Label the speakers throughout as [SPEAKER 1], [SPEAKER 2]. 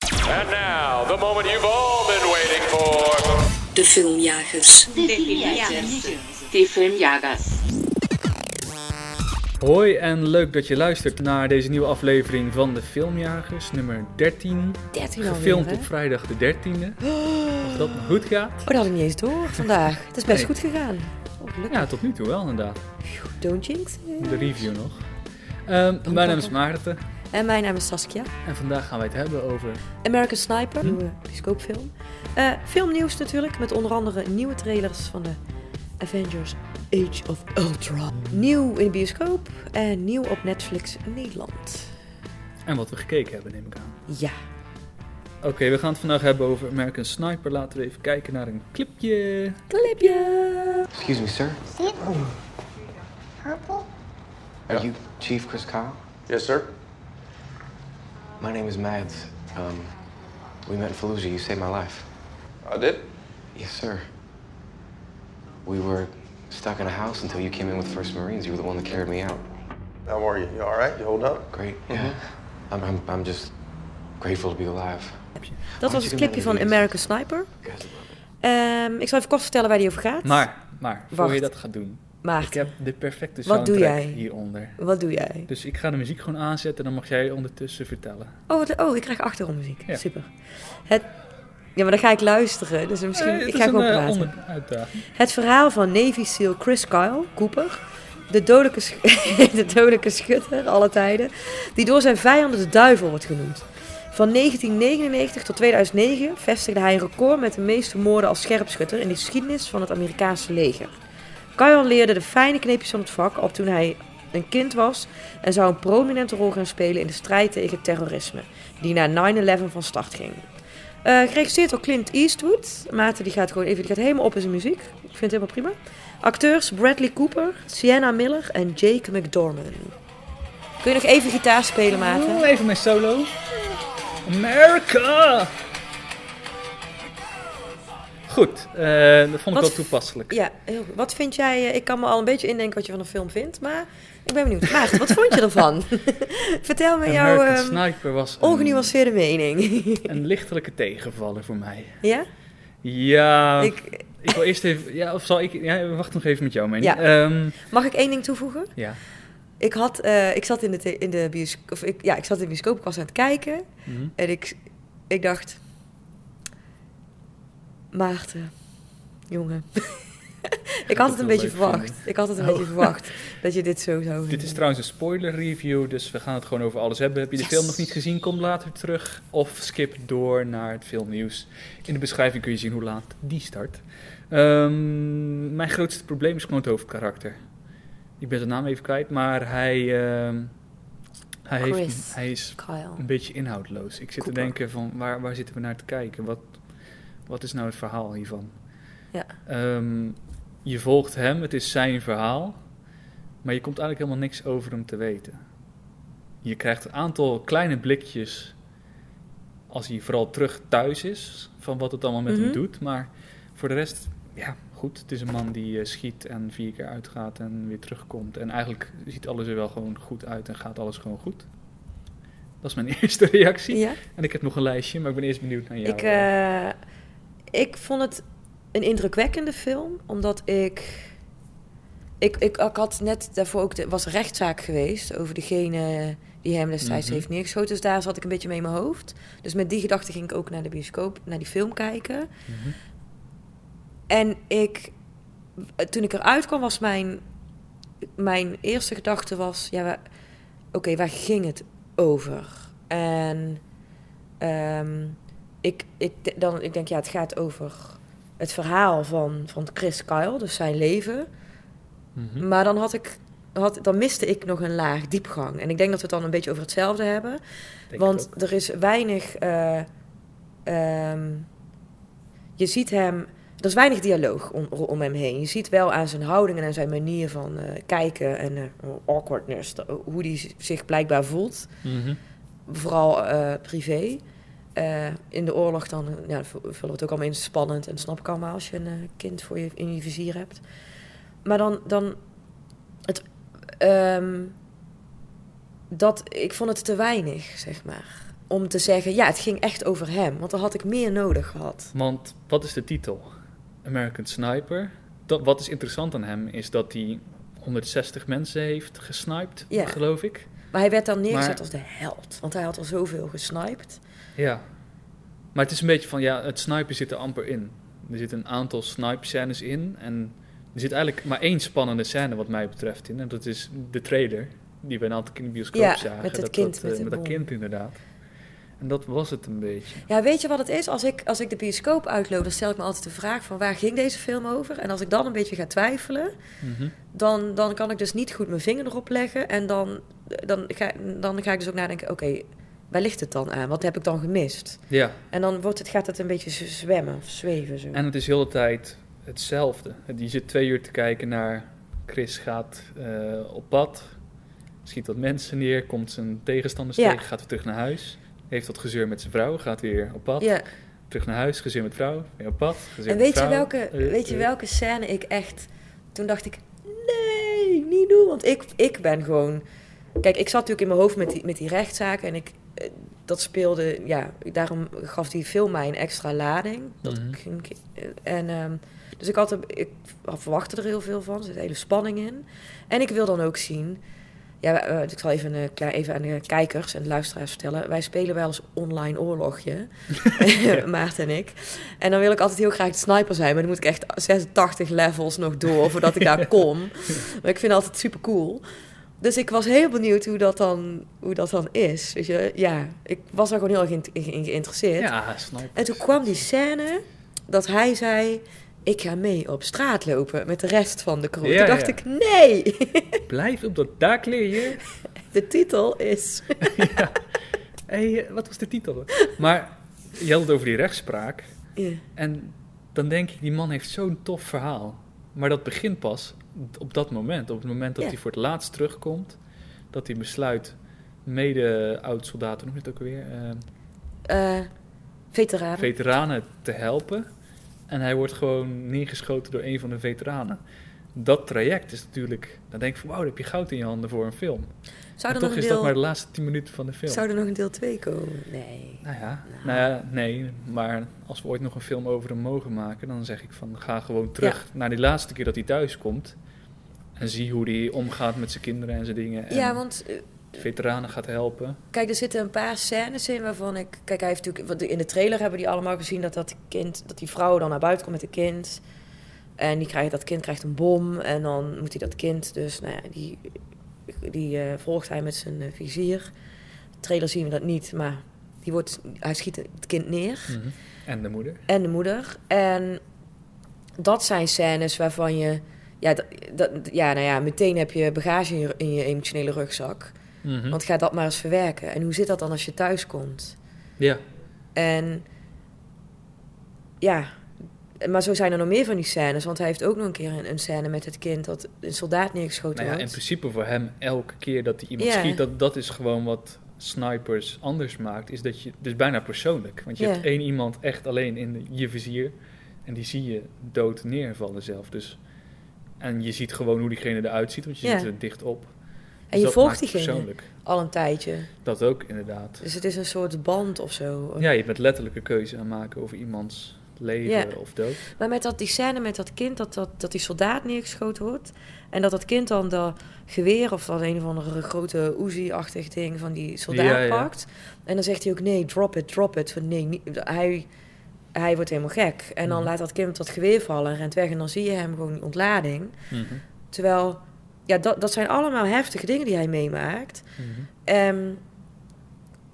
[SPEAKER 1] And now, the moment you've all been waiting for.
[SPEAKER 2] De filmjagers.
[SPEAKER 3] De filmjagers.
[SPEAKER 4] Hoi en leuk dat je luistert naar deze nieuwe aflevering van de Filmjagers, nummer 13.
[SPEAKER 5] 13 alweer,
[SPEAKER 4] Gefilmd
[SPEAKER 5] hè?
[SPEAKER 4] op vrijdag de 13e. Als dat nog goed gaat.
[SPEAKER 5] Oh, dat had ik niet eens door vandaag. Het is best
[SPEAKER 4] Nee.
[SPEAKER 5] goed gegaan. Oh, gelukkig.
[SPEAKER 4] Ja, tot nu toe wel inderdaad.
[SPEAKER 5] Don't jinx.
[SPEAKER 4] De review nog. Ehm, mijn naam is Maarten
[SPEAKER 5] En mijn naam is Saskia.
[SPEAKER 4] en vandaag gaan wij het hebben over...
[SPEAKER 5] American Sniper,
[SPEAKER 4] Hm.
[SPEAKER 5] een nieuwe bioscoopfilm. Eh, filmnieuws natuurlijk, met onder andere nieuwe trailers van de Avengers Age of Ultron. Nieuw in de bioscoop en nieuw op Netflix Nederland.
[SPEAKER 4] En wat we gekeken hebben, neem ik aan.
[SPEAKER 5] Ja,
[SPEAKER 4] Oké, we gaan het vandaag hebben over American Sniper. Laten we even kijken naar een clipje.
[SPEAKER 5] clipje.
[SPEAKER 6] Excuse me, sir.
[SPEAKER 7] See it? Purple?
[SPEAKER 6] Are you Chief Chris Kyle?
[SPEAKER 8] Yes, sir.
[SPEAKER 6] My name is Mads. Um, we met in Fallujah. You saved my life.
[SPEAKER 8] I did.
[SPEAKER 6] Yes, sir. We were stuck in a house until you came in with First Marines. You were the one that carried me out.
[SPEAKER 8] How are you? You all right? You hold up?
[SPEAKER 6] Great. Mm-hmm. Yeah. I'm, I'm, I'm just grateful to be alive.
[SPEAKER 5] Dat was het clipje van American Sniper. Ehm, ik zal even kort vertellen waar die over gaat.
[SPEAKER 4] Maar, maar, voor
[SPEAKER 5] Wacht.
[SPEAKER 4] je dat gaat doen. Ik
[SPEAKER 5] Maarten,
[SPEAKER 4] heb de perfecte
[SPEAKER 5] Wat
[SPEAKER 4] soundtrack
[SPEAKER 5] doe jij?
[SPEAKER 4] hieronder.
[SPEAKER 5] wat doe jij?
[SPEAKER 4] Dus ik ga de muziek gewoon aanzetten en dan mag jij ondertussen vertellen.
[SPEAKER 5] Oh, wat- oh ik krijg achtergrondmuziek.
[SPEAKER 4] Ja.
[SPEAKER 5] Super. Het, ja, maar dan ga ik luisteren. Dus misschien,
[SPEAKER 4] Eh, het
[SPEAKER 5] ik
[SPEAKER 4] is
[SPEAKER 5] ga gewoon
[SPEAKER 4] een, eh,
[SPEAKER 5] praten.
[SPEAKER 4] onder- uitdaging.
[SPEAKER 5] Het verhaal van Navy SEAL Chris Kyle, Cooper, de dodelijke, sch- de dodelijke schutter alle tijden, die door zijn vijanden de duivel wordt genoemd. Van 1999 tot 2009 vestigde hij een record met de meeste moorden als scherpschutter in de geschiedenis van het Amerikaanse leger. Kyle leerde de fijne kneepjes van het vak al toen hij een kind was en zou een prominente rol gaan spelen in de strijd tegen terrorisme, die na 9-11 van start ging. Eh, geregisseerd door Clint Eastwood. Maarten die gaat gewoon even, die gaat helemaal op in zijn muziek. Ik vind het helemaal prima. Acteurs Bradley Cooper, Sienna Miller en Jake McDorman. Kun je nog even gitaar spelen, Maarten?
[SPEAKER 4] Oeh, even mijn solo. America! Goed, eh, dat vond ik
[SPEAKER 5] Wat-
[SPEAKER 4] wel toepasselijk.
[SPEAKER 5] Ja, heel goed. Wat vind jij... eh, Ik kan me al een beetje indenken wat je van de film vindt, maar ik ben benieuwd. Maarten, wat vond je ervan? Vertel me jouw
[SPEAKER 4] American
[SPEAKER 5] ehm,
[SPEAKER 4] Sniper was een,
[SPEAKER 5] ongenuanceerde mening.
[SPEAKER 4] een lichtelijke tegenvaller voor mij.
[SPEAKER 5] ja?
[SPEAKER 4] Ja, ik,
[SPEAKER 5] Ik,
[SPEAKER 4] wil eerst even... Ja, of zal ik... Ja, wacht nog even met jou, mening.
[SPEAKER 5] Ja.
[SPEAKER 4] Ehm,
[SPEAKER 5] mag ik één ding toevoegen?
[SPEAKER 4] ja.
[SPEAKER 5] Ik, had, eh, ik zat in de, the- in de bioscoop... Of ik, ja, ik zat in de bioscoop, ik was aan het kijken.
[SPEAKER 4] Mhm.
[SPEAKER 5] En ik, ik dacht, Maarten, jongen. ik had het
[SPEAKER 4] het
[SPEAKER 5] een
[SPEAKER 4] wel
[SPEAKER 5] beetje
[SPEAKER 4] leuk
[SPEAKER 5] verwacht.
[SPEAKER 4] vinden.
[SPEAKER 5] Ik had het een
[SPEAKER 4] Oh.
[SPEAKER 5] beetje verwacht dat je dit zo zou
[SPEAKER 4] Dit is trouwens een spoiler review, dus we gaan het gewoon over alles hebben. Heb je de film nog niet gezien? Kom later terug. Of skip door naar het filmnieuws. In de beschrijving kun je zien hoe laat die start. Ehm, mijn grootste probleem is gewoon het hoofdkarakter. Ik ben zijn naam even kwijt, maar hij, ehm, hij,
[SPEAKER 5] Chris.
[SPEAKER 4] heeft, hij is een
[SPEAKER 5] Kyle.
[SPEAKER 4] beetje inhoudloos. Ik zit
[SPEAKER 5] Cooper.
[SPEAKER 4] te denken van waar, waar zitten we naar te kijken? Wat, wat is nou het verhaal hiervan?
[SPEAKER 5] Ja.
[SPEAKER 4] Ehm, je volgt hem, het is zijn verhaal, maar je komt eigenlijk helemaal niks over hem te weten. Je krijgt een aantal kleine blikjes als hij vooral terug thuis is van wat het allemaal met
[SPEAKER 5] Mhm.
[SPEAKER 4] hem doet, maar voor de rest, ja, goed. Het is een man die eh, schiet en vier keer uitgaat en weer terugkomt en eigenlijk ziet alles er wel gewoon goed uit en gaat alles gewoon goed. Dat is mijn eerste reactie.
[SPEAKER 5] Ja,
[SPEAKER 4] En ik heb nog een lijstje, maar ik ben eerst benieuwd naar jou.
[SPEAKER 5] ik,
[SPEAKER 4] eh.
[SPEAKER 5] eh, ik vond het een indrukwekkende film, omdat ik... Ik, ik, ik had net daarvoor ook... De, was een rechtszaak geweest over degene die hem destijds
[SPEAKER 4] Mhm.
[SPEAKER 5] heeft neergeschoten. Dus daar zat ik een beetje mee in mijn hoofd. Dus met die gedachte ging ik ook naar de bioscoop, naar die film kijken.
[SPEAKER 4] Mhm.
[SPEAKER 5] En ik, toen ik eruit kwam, was mijn, mijn eerste gedachte was, ja, waar- oké, waar ging het over? En ehm, ik, ik, d- dan, ik denk, ja, het gaat over het verhaal van, van Chris Kyle, dus zijn leven.
[SPEAKER 4] Mhm.
[SPEAKER 5] Maar dan had ik, had, dan miste ik nog een laag diepgang. En ik denk dat we het dan een beetje over hetzelfde hebben.
[SPEAKER 4] Denk
[SPEAKER 5] Want
[SPEAKER 4] ik ook.
[SPEAKER 5] er is weinig. eh, ehm, je ziet hem. Er is weinig dialoog om, om hem heen. Je ziet wel aan zijn houding en aan zijn manier van eh, kijken en eh, awkwardness, de- hoe hij zich blijkbaar voelt.
[SPEAKER 4] Mhm.
[SPEAKER 5] Vooral eh, privé. Eh, in de oorlog dan eh, ja, v- vullen we het ook allemaal in spannend en snap ik allemaal als je een eh, kind voor je in je vizier hebt. Maar dan, dan het, ehm, dat, ik vond het te weinig, zeg maar. om te zeggen, ja, het ging echt over hem. Want dan had ik meer nodig gehad.
[SPEAKER 4] Want wat is de titel? American Sniper. Dat, wat is interessant aan hem is dat hij 160 mensen heeft gesniped,
[SPEAKER 5] Ja.
[SPEAKER 4] geloof ik.
[SPEAKER 5] Maar hij werd dan neergezet
[SPEAKER 4] Maar-
[SPEAKER 5] als de held. Want hij had al zoveel gesniped.
[SPEAKER 4] Ja. Maar het is een beetje van, ja, het snipen zit er amper in. Er zitten een aantal snipe-scènes in. En er zit eigenlijk maar één spannende scène, wat mij betreft, in. En dat is de trailer, die we een aantal keer in de bioscoop
[SPEAKER 5] Ja,
[SPEAKER 4] zagen.
[SPEAKER 5] met het
[SPEAKER 4] dat,
[SPEAKER 5] kind
[SPEAKER 4] dat,
[SPEAKER 5] met
[SPEAKER 4] eh,
[SPEAKER 5] de
[SPEAKER 4] met dat
[SPEAKER 5] bom.
[SPEAKER 4] kind, inderdaad. En dat was het een beetje.
[SPEAKER 5] Ja, weet je wat het is? Als ik, als ik de bioscoop uitloop, dan stel ik me altijd de vraag van waar ging deze film over? En als ik dan een beetje ga twijfelen,
[SPEAKER 4] Mhm.
[SPEAKER 5] dan, dan kan ik dus niet goed mijn vinger erop leggen. En dan, dan, ga, dan ga ik dus ook nadenken, oké, waar ligt het dan aan? Wat heb ik dan gemist?
[SPEAKER 4] Ja,
[SPEAKER 5] En dan wordt het, gaat het een beetje z- zwemmen of zweven zo.
[SPEAKER 4] en het is de hele tijd hetzelfde. Je zit twee uur te kijken naar Chris gaat eh, op pad, schiet wat mensen neer, komt zijn tegenstanders
[SPEAKER 5] Ja.
[SPEAKER 4] tegen, gaat weer terug naar huis. Heeft dat gezeur met zijn vrouw, gaat weer op pad.
[SPEAKER 5] ja.
[SPEAKER 4] Terug naar huis, gezin met vrouw, weer op pad. Gezin
[SPEAKER 5] En
[SPEAKER 4] met
[SPEAKER 5] weet je,
[SPEAKER 4] vrouw.
[SPEAKER 5] welke,
[SPEAKER 4] Eh,
[SPEAKER 5] weet je
[SPEAKER 4] eh,
[SPEAKER 5] welke scène ik echt... Toen dacht ik, nee, niet doen. Want ik, ik ben gewoon... Kijk, ik zat natuurlijk in mijn hoofd met die, met die rechtszaak. En ik, eh, dat speelde... Ja, daarom gaf die film mij een extra lading. Dat
[SPEAKER 4] Mhm.
[SPEAKER 5] ging- eh, en, ehm, dus ik, had er, ik verwachtte er heel veel van. Er zit hele spanning in. En ik wil dan ook zien... Ja, eh, ik zal even, eh, klaar- even aan de kijkers en de luisteraars vertellen. Wij spelen wel eens online oorlogje, Maarten en ik. En dan wil ik altijd heel graag de sniper zijn, maar dan moet ik echt 86 levels nog door voordat ik daar kom. Maar ik vind het altijd super cool. Dus ik was heel benieuwd hoe dat dan, hoe dat dan is. Weet je? Ja, ik was daar gewoon heel erg in, in- in geïnteresseerd.
[SPEAKER 4] Ja, snap.
[SPEAKER 5] En toen kwam die scène dat hij zei: Ik ga mee op straat lopen met de rest van de crew.
[SPEAKER 4] Ja,
[SPEAKER 5] toen dacht
[SPEAKER 4] ja.
[SPEAKER 5] ik: Nee,
[SPEAKER 4] Blijf op dat dak liggen.
[SPEAKER 5] de titel is.
[SPEAKER 4] Hé, eh, wat was de titel? Maar je had het over die rechtspraak.
[SPEAKER 5] Ja.
[SPEAKER 4] En dan denk ik, die man heeft zo'n tof verhaal. Maar dat begint pas op dat moment. Op het moment dat
[SPEAKER 5] Ja.
[SPEAKER 4] hij voor het laatst terugkomt. Dat hij besluit, mede oud-soldaten, noem je het ook weer, eh,
[SPEAKER 5] Eh, veteranen.
[SPEAKER 4] veteranen te helpen. En hij wordt gewoon neergeschoten door een van de veteranen. Dat traject is natuurlijk... Dan denk ik van, wauw, daar heb je goud in je handen voor een film.
[SPEAKER 5] zou, er
[SPEAKER 4] Maar
[SPEAKER 5] nog
[SPEAKER 4] toch
[SPEAKER 5] een
[SPEAKER 4] is dat maar de
[SPEAKER 5] deel,
[SPEAKER 4] laatste 10 minuten van de film.
[SPEAKER 5] zou er nog een deel 2 komen? Nee.
[SPEAKER 4] Nou ja, nou ja, nee, maar als we ooit nog een film over hem mogen maken, dan zeg ik van ga gewoon terug naar die laatste keer dat hij thuis komt. En zie hoe hij omgaat met zijn kinderen en zijn dingen. Nou, En
[SPEAKER 5] Ja, want eh,
[SPEAKER 4] veteranen gaat helpen.
[SPEAKER 5] kijk, er zitten een paar scènes in waarvan ik. Kijk, hij heeft natuurlijk. want In de trailer hebben die allemaal gezien dat dat kind. dat die vrouw dan naar buiten komt met een kind. En die krijgt, dat kind krijgt een bom. En dan moet hij dat kind dus. Nou ja, die, die eh, volgt hij met zijn eh, vizier. De trailer zien we dat niet, maar die wordt, hij schiet het kind neer.
[SPEAKER 4] Mhm. En de moeder.
[SPEAKER 5] En de moeder. En dat zijn scènes waarvan je. Ja, dat, dat- ja, nou ja, meteen heb je bagage in je, in je emotionele rugzak.
[SPEAKER 4] Mhm.
[SPEAKER 5] Want ga dat maar eens verwerken. En hoe zit dat dan als je thuis komt?
[SPEAKER 4] Ja,
[SPEAKER 5] En ja, maar zo zijn er nog meer van die scènes. Want hij heeft ook nog een keer een, een scène met het kind dat een soldaat neergeschoten
[SPEAKER 4] nou ja, in
[SPEAKER 5] wordt.
[SPEAKER 4] principe voor hem elke keer dat hij iemand
[SPEAKER 5] Ja.
[SPEAKER 4] schiet, dat, dat is gewoon wat snipers anders maakt. Is dat je, dus bijna persoonlijk. Want je
[SPEAKER 5] Ja.
[SPEAKER 4] hebt één iemand echt alleen in je vizier en die zie je dood neervallen zelf. Dus, en je ziet gewoon hoe diegene eruit ziet, want je
[SPEAKER 5] Ja.
[SPEAKER 4] zit er dicht op. Dus
[SPEAKER 5] En je
[SPEAKER 4] dat
[SPEAKER 5] volgt
[SPEAKER 4] maakt het
[SPEAKER 5] diegene.
[SPEAKER 4] persoonlijk.
[SPEAKER 5] Al een tijdje.
[SPEAKER 4] Dat ook, inderdaad.
[SPEAKER 5] Dus het is een soort band of zo.
[SPEAKER 4] Ja, je bent letterlijke keuze aan het maken over iemands leven
[SPEAKER 5] Ja.
[SPEAKER 4] of dood.
[SPEAKER 5] Maar met dat, die scène met dat kind, dat, dat, dat die soldaat neergeschoten wordt. En dat dat kind dan dat geweer of dat een of andere grote Uzi-achtig ding van die soldaat
[SPEAKER 4] Ja, ja.
[SPEAKER 5] pakt. En dan zegt hij ook nee, drop it, drop it. Van, nee, niet- hij, hij wordt helemaal gek. En dan
[SPEAKER 4] Mhm.
[SPEAKER 5] laat dat kind dat geweer vallen en rent weg. En dan zie je hem gewoon die ontlading.
[SPEAKER 4] Mhm,
[SPEAKER 5] Terwijl, ja, dat, dat zijn allemaal heftige dingen die hij meemaakt.
[SPEAKER 4] mhm.
[SPEAKER 5] Ehm,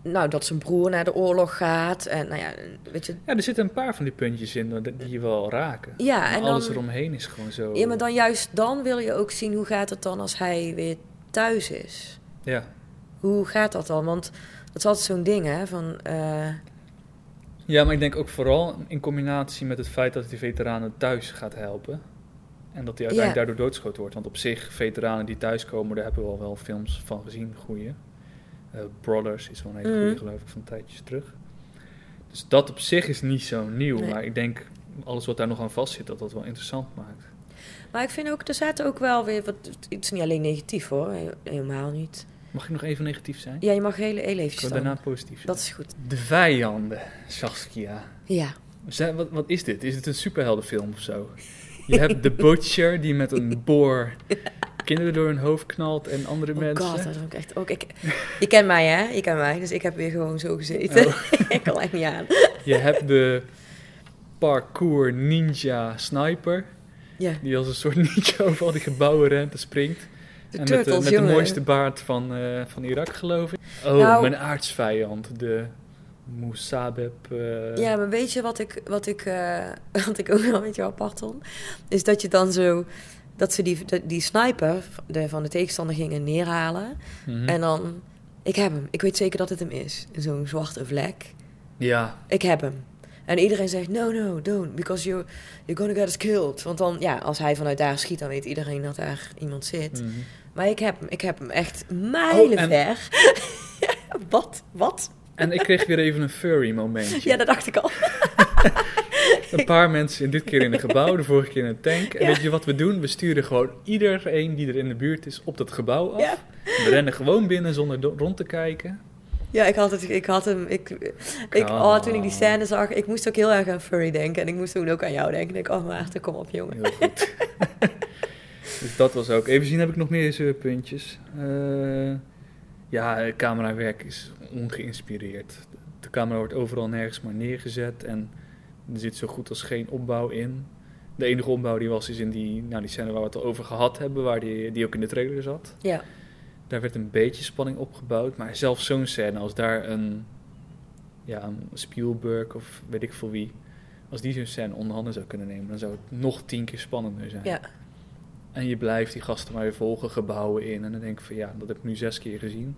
[SPEAKER 5] nou, dat zijn broer naar de oorlog gaat. En nou ja, weet je...
[SPEAKER 4] Ja, er zitten een paar van die puntjes in die je wel raken.
[SPEAKER 5] Ja,
[SPEAKER 4] Maar
[SPEAKER 5] en
[SPEAKER 4] alles
[SPEAKER 5] dan-
[SPEAKER 4] eromheen is gewoon zo...
[SPEAKER 5] Ja, maar dan juist dan wil je ook zien hoe gaat het dan als hij weer thuis is.
[SPEAKER 4] Ja.
[SPEAKER 5] Hoe gaat dat dan? Want dat is altijd zo'n ding, hè? Van, eh,
[SPEAKER 4] Ja, maar ik denk ook vooral in combinatie met het feit dat hij veteranen thuis gaat helpen. En dat hij uiteindelijk
[SPEAKER 5] Ja.
[SPEAKER 4] daardoor doodgeschoten wordt. Want op zich, veteranen die thuiskomen, daar hebben we al wel films van gezien, goeie. Eh, Brothers is wel een hele
[SPEAKER 5] Mhm.
[SPEAKER 4] goeie, geloof ik, van tijdjes terug. Dus dat op zich is niet zo nieuw.
[SPEAKER 5] Nee.
[SPEAKER 4] Maar ik denk, alles wat daar nog aan vast zit, dat dat wel interessant maakt.
[SPEAKER 5] Maar ik vind ook, er zaten ook wel weer wat... Het is niet alleen negatief, hoor. He- Helemaal niet.
[SPEAKER 4] Mag ik nog even negatief zijn?
[SPEAKER 5] Ja, je mag heel, heel
[SPEAKER 4] Ik wil
[SPEAKER 5] eventjes
[SPEAKER 4] daarna
[SPEAKER 5] dan.
[SPEAKER 4] positief zijn.
[SPEAKER 5] Dat is goed.
[SPEAKER 4] De vijanden, Saskia.
[SPEAKER 5] Ja.
[SPEAKER 4] Zijn, wat, wat is dit? Is dit een superheldenfilm of zo? Je hebt de butcher die met een boor kinderen door hun hoofd knalt en andere
[SPEAKER 5] Oh
[SPEAKER 4] mensen.
[SPEAKER 5] god, dat is ook echt... Ook, ik, je kent mij, hè? Je kent mij. Dus ik heb weer gewoon zo gezeten.
[SPEAKER 4] Oh.
[SPEAKER 5] ik kan echt niet aan.
[SPEAKER 4] Je hebt de parkour ninja sniper
[SPEAKER 5] Ja.
[SPEAKER 4] die als een soort ninja over al die gebouwen rent en springt.
[SPEAKER 5] De
[SPEAKER 4] en met, de,
[SPEAKER 5] turtles,
[SPEAKER 4] met de
[SPEAKER 5] jongen.
[SPEAKER 4] mooiste baard van, eh, van Irak, geloof ik. Oh,
[SPEAKER 5] Nou-
[SPEAKER 4] mijn aardsvijand, de Moesabeb. eh,
[SPEAKER 5] Ja, maar weet je wat ik, wat ik, eh, wat ik ook wel een beetje apart vond? Is dat je dan zo... Dat ze die, dat- die sniper de, van de tegenstander gingen neerhalen.
[SPEAKER 4] mhm.
[SPEAKER 5] En dan... Ik heb hem. Ik weet zeker dat het hem is. In Zo'n zwarte vlek.
[SPEAKER 4] ja,
[SPEAKER 5] Ik heb hem. En iedereen zegt, no, no, don't. Because you, you're gonna get us killed. Want dan, ja, als hij vanuit daar schiet, dan weet iedereen dat daar iemand zit.
[SPEAKER 4] mhm.
[SPEAKER 5] Maar ik heb hem. Ik heb hem echt mijlenver. wat? Wat?
[SPEAKER 4] En ik kreeg weer even een furry momentje.
[SPEAKER 5] Ja, dat dacht ik al.
[SPEAKER 4] Een paar mensen, dit keer in een gebouw, de vorige keer in een tank. En
[SPEAKER 5] Ja.
[SPEAKER 4] weet je wat we doen? We sturen gewoon iedereen die er in de buurt is op dat gebouw af.
[SPEAKER 5] Ja.
[SPEAKER 4] We rennen gewoon binnen zonder do- rond te kijken.
[SPEAKER 5] Ja, ik had, het, ik had hem. Ik, ik, oh, toen ik die scène zag, ik moest ook heel erg aan Furry denken. En ik moest toen ook aan jou denken. En ik, oh Maarten, kom op jongen.
[SPEAKER 4] Heel goed. dus dat was ook. Even zien, heb ik nog meer zeurpuntjes? Eh, ja, eh, camerawerk is ongeïnspireerd. De camera wordt overal nergens maar neergezet. En er zit zo goed als geen opbouw in. De enige opbouw die was, is in die, nou, die scène waar we het al over gehad hebben, waar die, die ook in de trailer zat.
[SPEAKER 5] Ja,
[SPEAKER 4] Daar werd een beetje spanning opgebouwd. Maar zelfs zo'n scène, als daar een, ja, een Spielberg of weet ik veel wie... als die zo'n scène onder handen zou kunnen nemen... dan zou het nog tien keer spannender zijn.
[SPEAKER 5] ja.
[SPEAKER 4] En je blijft die gasten maar weer volgen, gebouwen in. En dan denk ik van ja, dat heb ik nu zes keer gezien.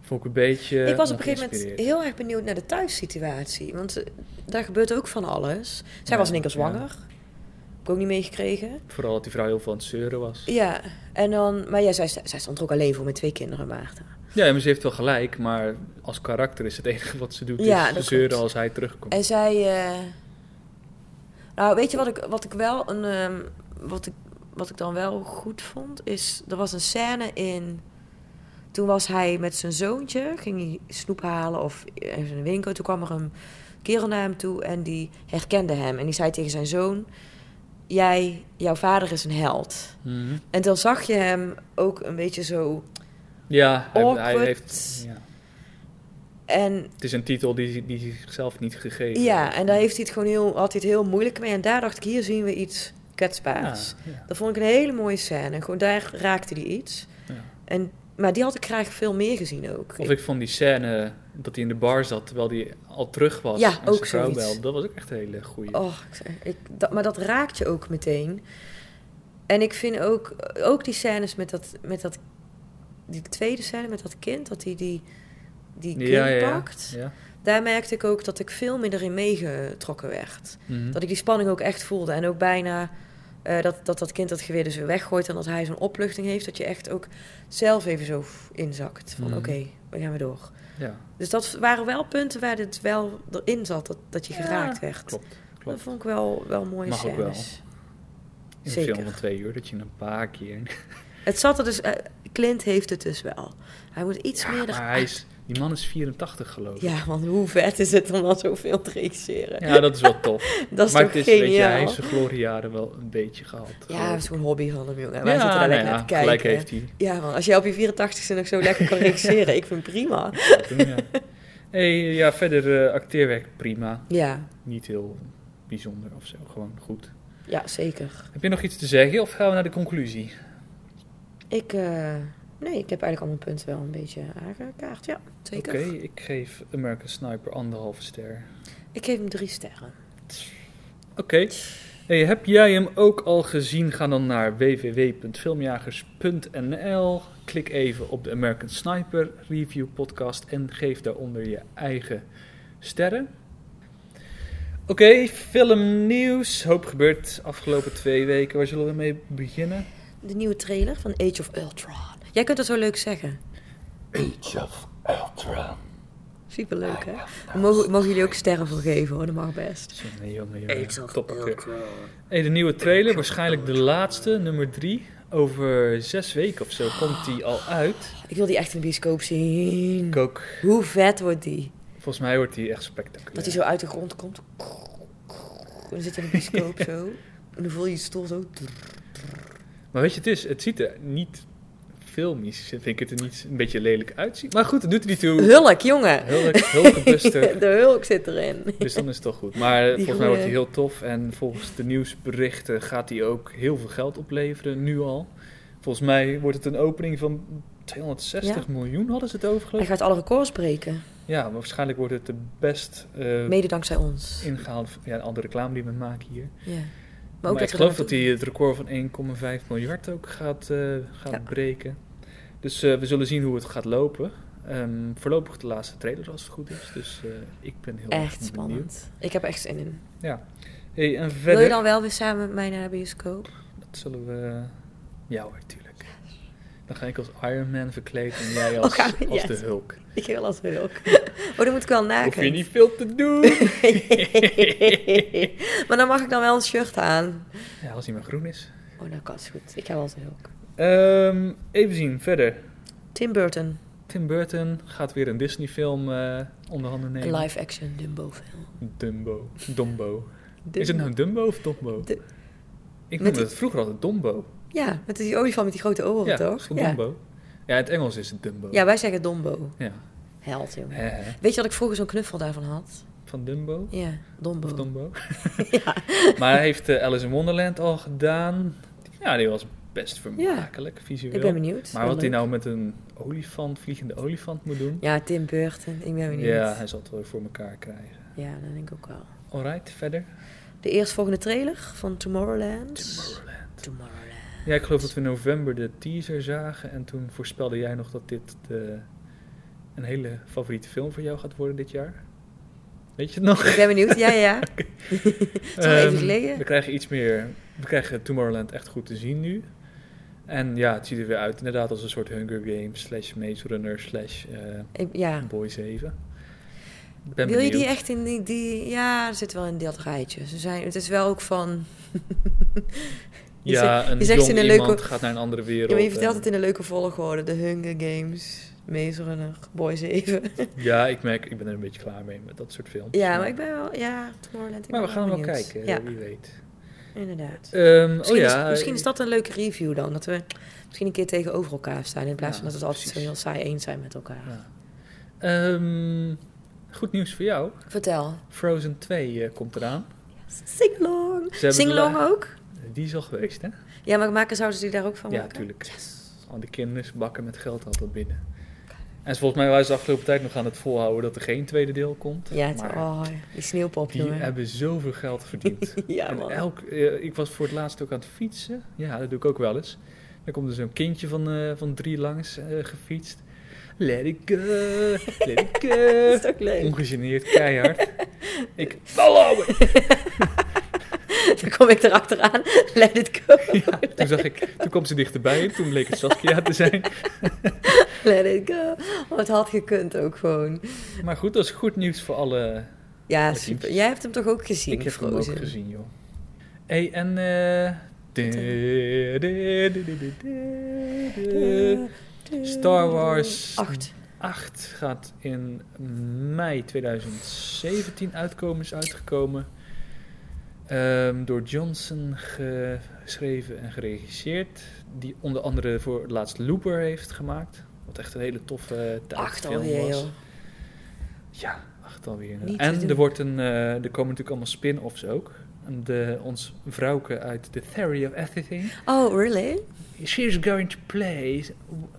[SPEAKER 4] Vond ik een beetje
[SPEAKER 5] ik was op een gegeven moment
[SPEAKER 4] ongeïnspireerd.
[SPEAKER 5] heel erg benieuwd naar de thuissituatie. Want eh, daar gebeurt ook van alles. Zij
[SPEAKER 4] Ja,
[SPEAKER 5] was in één keer
[SPEAKER 4] ja.
[SPEAKER 5] zwanger. Heb ik ook niet meegekregen.
[SPEAKER 4] Vooral dat die vrouw heel veel aan het zeuren was.
[SPEAKER 5] Ja, en dan... Maar ja, zij, zij stond er ook alleen voor met twee kinderen, Maarten.
[SPEAKER 4] Ja, maar ze heeft wel gelijk. Maar als karakter is het enige wat ze doet...
[SPEAKER 5] Ja,
[SPEAKER 4] is
[SPEAKER 5] dat
[SPEAKER 4] zeuren
[SPEAKER 5] klopt.
[SPEAKER 4] als hij terugkomt.
[SPEAKER 5] En zij... eh, Nou, weet je wat ik, wat ik wel een... ehm, wat, ik, wat ik dan wel goed vond, is... Er was een scène in... Toen was hij met zijn zoontje, ging hij snoep halen of ergens in een winkel. Toen kwam er een kerel naar hem toe en die herkende hem. En die zei tegen zijn zoon, jij, jouw vader is een held.
[SPEAKER 4] Mhm.
[SPEAKER 5] En dan zag je hem ook een beetje zo...
[SPEAKER 4] Ja, hij, hij
[SPEAKER 5] Awkward.
[SPEAKER 4] heeft... Ja.
[SPEAKER 5] En
[SPEAKER 4] Het is een titel die, die zichzelf niet gegeven
[SPEAKER 5] Ja,
[SPEAKER 4] heeft.
[SPEAKER 5] en daar heeft hij het gewoon heel, had hij het heel moeilijk mee. En daar dacht ik, hier zien we iets
[SPEAKER 4] Ja,
[SPEAKER 5] kwetsbaars.
[SPEAKER 4] ja.
[SPEAKER 5] Dat vond ik een hele mooie scène. Gewoon daar raakte hij iets.
[SPEAKER 4] Ja.
[SPEAKER 5] En, maar die had ik graag veel meer gezien ook.
[SPEAKER 4] Of ik vond die scène dat hij in de bar zat terwijl hij al terug was.
[SPEAKER 5] Ja,
[SPEAKER 4] en zijn
[SPEAKER 5] ook
[SPEAKER 4] vrouw
[SPEAKER 5] zoiets.
[SPEAKER 4] belde, Dat was ook echt een hele goeie.
[SPEAKER 5] Oh, ik zeg- ik, dat, maar dat raakt je ook meteen. En ik vind ook, ook die scènes met dat, met dat... Die tweede scène met dat kind, dat hij die, die kind
[SPEAKER 4] ja, ja.
[SPEAKER 5] pakt.
[SPEAKER 4] Ja.
[SPEAKER 5] Daar merkte ik ook dat ik veel meer erin meegetrokken werd.
[SPEAKER 4] Mhm.
[SPEAKER 5] Dat ik die spanning ook echt voelde. En ook bijna eh, dat, dat dat kind dat geweer dus weer weggooit. En dat hij zo'n opluchting heeft. Dat je echt ook zelf even zo f- inzakt. Van
[SPEAKER 4] Mhm.
[SPEAKER 5] oké, we gaan weer door.
[SPEAKER 4] ja,
[SPEAKER 5] Dus dat waren wel punten waar dit wel erin zat. Dat, dat je geraakt werd.
[SPEAKER 4] klopt.
[SPEAKER 5] Dat
[SPEAKER 4] klopt.
[SPEAKER 5] vond ik wel, wel mooie
[SPEAKER 4] Mag ook
[SPEAKER 5] scènes.
[SPEAKER 4] wel. In een film
[SPEAKER 5] zeker.
[SPEAKER 4] van twee uur dat je een paar keer...
[SPEAKER 5] Het zat er dus... eh, Clint heeft het dus wel. Hij moet iets meer...
[SPEAKER 4] Maar hij is, die man is 84 geloof ik.
[SPEAKER 5] Ja, want hoe vet is het om dan zoveel te regisseren?
[SPEAKER 4] Ja, dat is wel tof.
[SPEAKER 5] dat is
[SPEAKER 4] maar
[SPEAKER 5] toch
[SPEAKER 4] het dus is,
[SPEAKER 5] geniaal?
[SPEAKER 4] weet je, hij heeft zijn gloriejaren wel een beetje gehad.
[SPEAKER 5] Ja,
[SPEAKER 4] geloof
[SPEAKER 5] dat
[SPEAKER 4] ik.
[SPEAKER 5] is gewoon hobby van hem, jongen.
[SPEAKER 4] Ja,
[SPEAKER 5] Wij zitten daar
[SPEAKER 4] nou
[SPEAKER 5] lekker
[SPEAKER 4] ja,
[SPEAKER 5] naar te kijken.
[SPEAKER 4] gelijk heeft hij.
[SPEAKER 5] Ja, man, als jij op je 84 nog zo lekker kan regisseren, ik vind het prima.
[SPEAKER 4] Dat doen, ja. Hey, ja, verder eh, acteerwerk prima.
[SPEAKER 5] Ja,
[SPEAKER 4] Niet heel bijzonder of zo, gewoon goed.
[SPEAKER 5] ja, zeker.
[SPEAKER 4] Heb je nog iets te zeggen of gaan we naar de conclusie?
[SPEAKER 5] Ik, eh, nee, ik heb eigenlijk al mijn punten wel een beetje aangekaart. Ja,
[SPEAKER 4] Oké,
[SPEAKER 5] zeker.
[SPEAKER 4] ik geef American Sniper anderhalve ster.
[SPEAKER 5] Ik geef hem drie sterren.
[SPEAKER 4] Oké. Hey, heb jij hem ook al gezien? Ga dan naar www.filmjagers.nl. Klik even op de American Sniper Review Podcast en geef daaronder je eigen sterren. Oké, filmnieuws. Hoop gebeurd afgelopen twee weken. Waar zullen we mee beginnen?
[SPEAKER 5] De nieuwe trailer van Age of Ultron. Jij kunt dat zo leuk zeggen.
[SPEAKER 9] Age of Ultron.
[SPEAKER 5] Superleuk, hè? Daar Mogen, mogen jullie ook sterren voor geven, hoor. Dat mag best.
[SPEAKER 4] Jongen, jongen, jongen. Topacteur. Hey, de nieuwe trailer, waarschijnlijk de laatste, nummer 3. Over zes weken of zo komt die al uit.
[SPEAKER 5] Ah, Ik wil die echt in de bioscoop zien.
[SPEAKER 4] Ik ook.
[SPEAKER 5] Hoe vet wordt die?
[SPEAKER 4] Volgens mij wordt die echt spectaculair.
[SPEAKER 5] Dat hij zo uit de grond komt. En dan zit je in de bioscoop zo. En dan voel je je stoel zo.
[SPEAKER 4] Maar weet je, het is, het ziet er niet filmisch, vind ik het er niet een beetje lelijk uitzien. Maar goed, het doet er niet toe.
[SPEAKER 5] Hulk, jongen.
[SPEAKER 4] Hulk, Hulkenbuster.
[SPEAKER 5] De Hulk zit erin.
[SPEAKER 4] Dus dan is het toch goed. Maar volgens mij
[SPEAKER 5] goeie.
[SPEAKER 4] wordt hij heel tof. En volgens de nieuwsberichten gaat hij ook heel veel geld opleveren, nu al. Volgens mij wordt het een opening van 260 miljoen, hadden ze het over
[SPEAKER 5] Hij
[SPEAKER 4] geloof ik.
[SPEAKER 5] gaat alle records breken.
[SPEAKER 4] Ja, maar waarschijnlijk wordt het de best eh
[SPEAKER 5] Mede dankzij ons.
[SPEAKER 4] ingehaald. Ja, alle reclame die we maken hier.
[SPEAKER 5] Ja. Maar,
[SPEAKER 4] Maar,
[SPEAKER 5] ook dat
[SPEAKER 4] ik geloof dat hij eh, het record van 1,5 miljard ook gaat, eh, gaat
[SPEAKER 5] Ja.
[SPEAKER 4] breken. Dus eh, we zullen zien hoe het gaat lopen. Ehm, voorlopig de laatste trailer als het goed is. Dus eh, ik ben heel erg
[SPEAKER 5] Echt
[SPEAKER 4] benieuwd.
[SPEAKER 5] spannend. Ik heb echt zin in.
[SPEAKER 4] Ja. Hey, en
[SPEAKER 5] Wil
[SPEAKER 4] verder...
[SPEAKER 5] je dan wel weer samen met mij naar de bioscoop?
[SPEAKER 4] Dat zullen we... Ja hoor, tuurlijk. Dan ga ik als Iron Man verkleed en jij als,
[SPEAKER 5] Oh, ja.
[SPEAKER 4] als de Hulk.
[SPEAKER 5] Ik wil als Hulk. Oh, dan moet ik wel naken.
[SPEAKER 4] Hoef je niet veel te doen.
[SPEAKER 5] maar dan mag ik dan wel een shirt aan.
[SPEAKER 4] ja, als hij maar groen is.
[SPEAKER 5] Oh, nou kan is goed. Ik ga wel als Hulk.
[SPEAKER 4] Ehm, even zien, verder.
[SPEAKER 5] Tim Burton,
[SPEAKER 4] Tim Burton gaat weer een Disney film eh onder handen
[SPEAKER 5] een
[SPEAKER 4] nemen.
[SPEAKER 5] live action Dumbo film.
[SPEAKER 4] Dumbo. Dombo. Is het nou Dumbo of Dombo?
[SPEAKER 5] Du-
[SPEAKER 4] ik
[SPEAKER 5] Met
[SPEAKER 4] noemde
[SPEAKER 5] die-
[SPEAKER 4] het vroeger altijd Dombo.
[SPEAKER 5] Ja, met die olifant met die grote oren,
[SPEAKER 4] ja,
[SPEAKER 5] toch?
[SPEAKER 4] is toch
[SPEAKER 5] ja.
[SPEAKER 4] Dombo? Ja, in het Engels is het Dumbo.
[SPEAKER 5] ja, wij zeggen Dombo.
[SPEAKER 4] Ja.
[SPEAKER 5] Held, jongen.
[SPEAKER 4] Hè, hè.
[SPEAKER 5] Weet je wat ik vroeger zo'n knuffel daarvan had?
[SPEAKER 4] Van Dumbo?
[SPEAKER 5] Ja, Dombo.
[SPEAKER 4] Of Dumbo? Maar hij heeft eh, Alice in Wonderland al gedaan. Ja, die was best vermakelijk, visueel.
[SPEAKER 5] Ik ben benieuwd.
[SPEAKER 4] Maar wat hij
[SPEAKER 5] Wel
[SPEAKER 4] nou met een olifant, vliegende olifant moet doen...
[SPEAKER 5] leuk. Ja, Tim Burton. Ik ben benieuwd.
[SPEAKER 4] Ja, hij zal het wel weer voor elkaar krijgen.
[SPEAKER 5] Ja, dat denk ik ook wel.
[SPEAKER 4] Alright, verder.
[SPEAKER 5] De eerstvolgende trailer van Tomorrowland. Tomorrowland.
[SPEAKER 4] Ja, ik geloof dat we in november de teaser zagen. En toen voorspelde jij nog dat dit de, een hele favoriete film voor jou gaat worden dit jaar. Weet je het nog? Ehm,
[SPEAKER 5] Ik ben benieuwd. Ja, ja, ja. is al even geleden.
[SPEAKER 4] We krijgen iets meer. We krijgen Tomorrowland echt goed te zien nu. En ja, het ziet er weer uit inderdaad als een soort Hunger Games slash Maze Runner slash eh,
[SPEAKER 5] Ik- ja.
[SPEAKER 4] Boy 7. Ik ben
[SPEAKER 5] Wil je die
[SPEAKER 4] benieuwd.
[SPEAKER 5] echt in die, die... Ja, er zit wel in dat rijtje. Ze zijn, het is wel ook van... je
[SPEAKER 4] ja,
[SPEAKER 5] zegt-
[SPEAKER 4] een
[SPEAKER 5] je zegt
[SPEAKER 4] jong
[SPEAKER 5] in een
[SPEAKER 4] iemand
[SPEAKER 5] leuke-
[SPEAKER 4] gaat naar een andere wereld.
[SPEAKER 5] Ja, maar je vertelt
[SPEAKER 4] en-
[SPEAKER 5] het in een leuke volgorde. De Hunger Games, Maze Runner, Boy 7.
[SPEAKER 4] Ja, ik merk, ik ben er een beetje klaar mee met dat soort films.
[SPEAKER 5] ja, maar ik ben wel... Ja, Tomorrowland. Ik
[SPEAKER 4] Maar we
[SPEAKER 5] ben
[SPEAKER 4] gaan wel
[SPEAKER 5] benieuwd.
[SPEAKER 4] kijken,
[SPEAKER 5] Ja,
[SPEAKER 4] wie weet.
[SPEAKER 5] inderdaad.
[SPEAKER 4] Ehm,
[SPEAKER 5] Misschien,
[SPEAKER 4] oh ja,
[SPEAKER 5] is, misschien is dat een leuke review dan. Dat we misschien een keer tegenover elkaar staan. In plaats
[SPEAKER 4] Ja,
[SPEAKER 5] van dat we het altijd
[SPEAKER 4] precies.
[SPEAKER 5] zo heel saai eens zijn met elkaar.
[SPEAKER 4] Ja. ehm, goed nieuws voor jou.
[SPEAKER 5] Vertel.
[SPEAKER 4] Frozen 2 eh, komt eraan.
[SPEAKER 5] Sing long.
[SPEAKER 4] Ze hebben
[SPEAKER 5] Sing
[SPEAKER 4] de la-
[SPEAKER 5] long ook?
[SPEAKER 4] Die is al geweest, hè?
[SPEAKER 5] Ja, maar maken zouden ze die daar ook van
[SPEAKER 4] Ja,
[SPEAKER 5] maken?
[SPEAKER 4] tuurlijk. Al die kinderen bakken met geld altijd binnen. En volgens mij waren ze de afgelopen tijd nog aan het volhouden dat er geen tweede deel komt.
[SPEAKER 5] Ja, het,
[SPEAKER 4] maar
[SPEAKER 5] oh, die sneeuwpop,
[SPEAKER 4] die
[SPEAKER 5] jongen.
[SPEAKER 4] hebben zoveel geld verdiend.
[SPEAKER 5] Ja,
[SPEAKER 4] En
[SPEAKER 5] man.
[SPEAKER 4] elk, eh, ik was voor het laatst ook aan het fietsen. Ja, dat doe ik ook wel eens. Dan komt er zo'n kindje van, eh, van drie langs eh, gefietst. Let it go, let it go.
[SPEAKER 5] Dat is ook leuk.
[SPEAKER 4] Ongegeneerd, keihard. ik, hallo!
[SPEAKER 5] Dan kom ik erachteraan. Let it go.
[SPEAKER 4] Toen zag ik, toen kwam ze dichterbij en toen bleek het Saskia te zijn.
[SPEAKER 5] Let it go. Oh, het had gekund ook gewoon.
[SPEAKER 4] Maar goed, dat is goed nieuws voor alle...
[SPEAKER 5] Ja,
[SPEAKER 4] Lekker.
[SPEAKER 5] super. Jij hebt hem toch ook gezien?
[SPEAKER 4] Ik heb hem ook
[SPEAKER 5] Frozen?
[SPEAKER 4] gezien, joh. Hé, en... eh, de- de- de- de- de- de- de- Star Wars
[SPEAKER 5] Acht.
[SPEAKER 4] 8 gaat in mei 2017 uitkomen, is uitgekomen. Ehm, door Johnson geschreven en geregisseerd. Die onder andere voor het laatst Looper heeft gemaakt. Wat echt een hele toffe
[SPEAKER 5] Acht
[SPEAKER 4] tijdfilm
[SPEAKER 5] alweer,
[SPEAKER 4] was.
[SPEAKER 5] joh.
[SPEAKER 4] Ja, acht alweer.
[SPEAKER 5] Niet te
[SPEAKER 4] en
[SPEAKER 5] doen.
[SPEAKER 4] er, wordt een, eh, er komen natuurlijk allemaal spin-offs ook. En de, ons vrouwke uit The Theory of Everything.
[SPEAKER 5] Oh, really?
[SPEAKER 4] She's going to play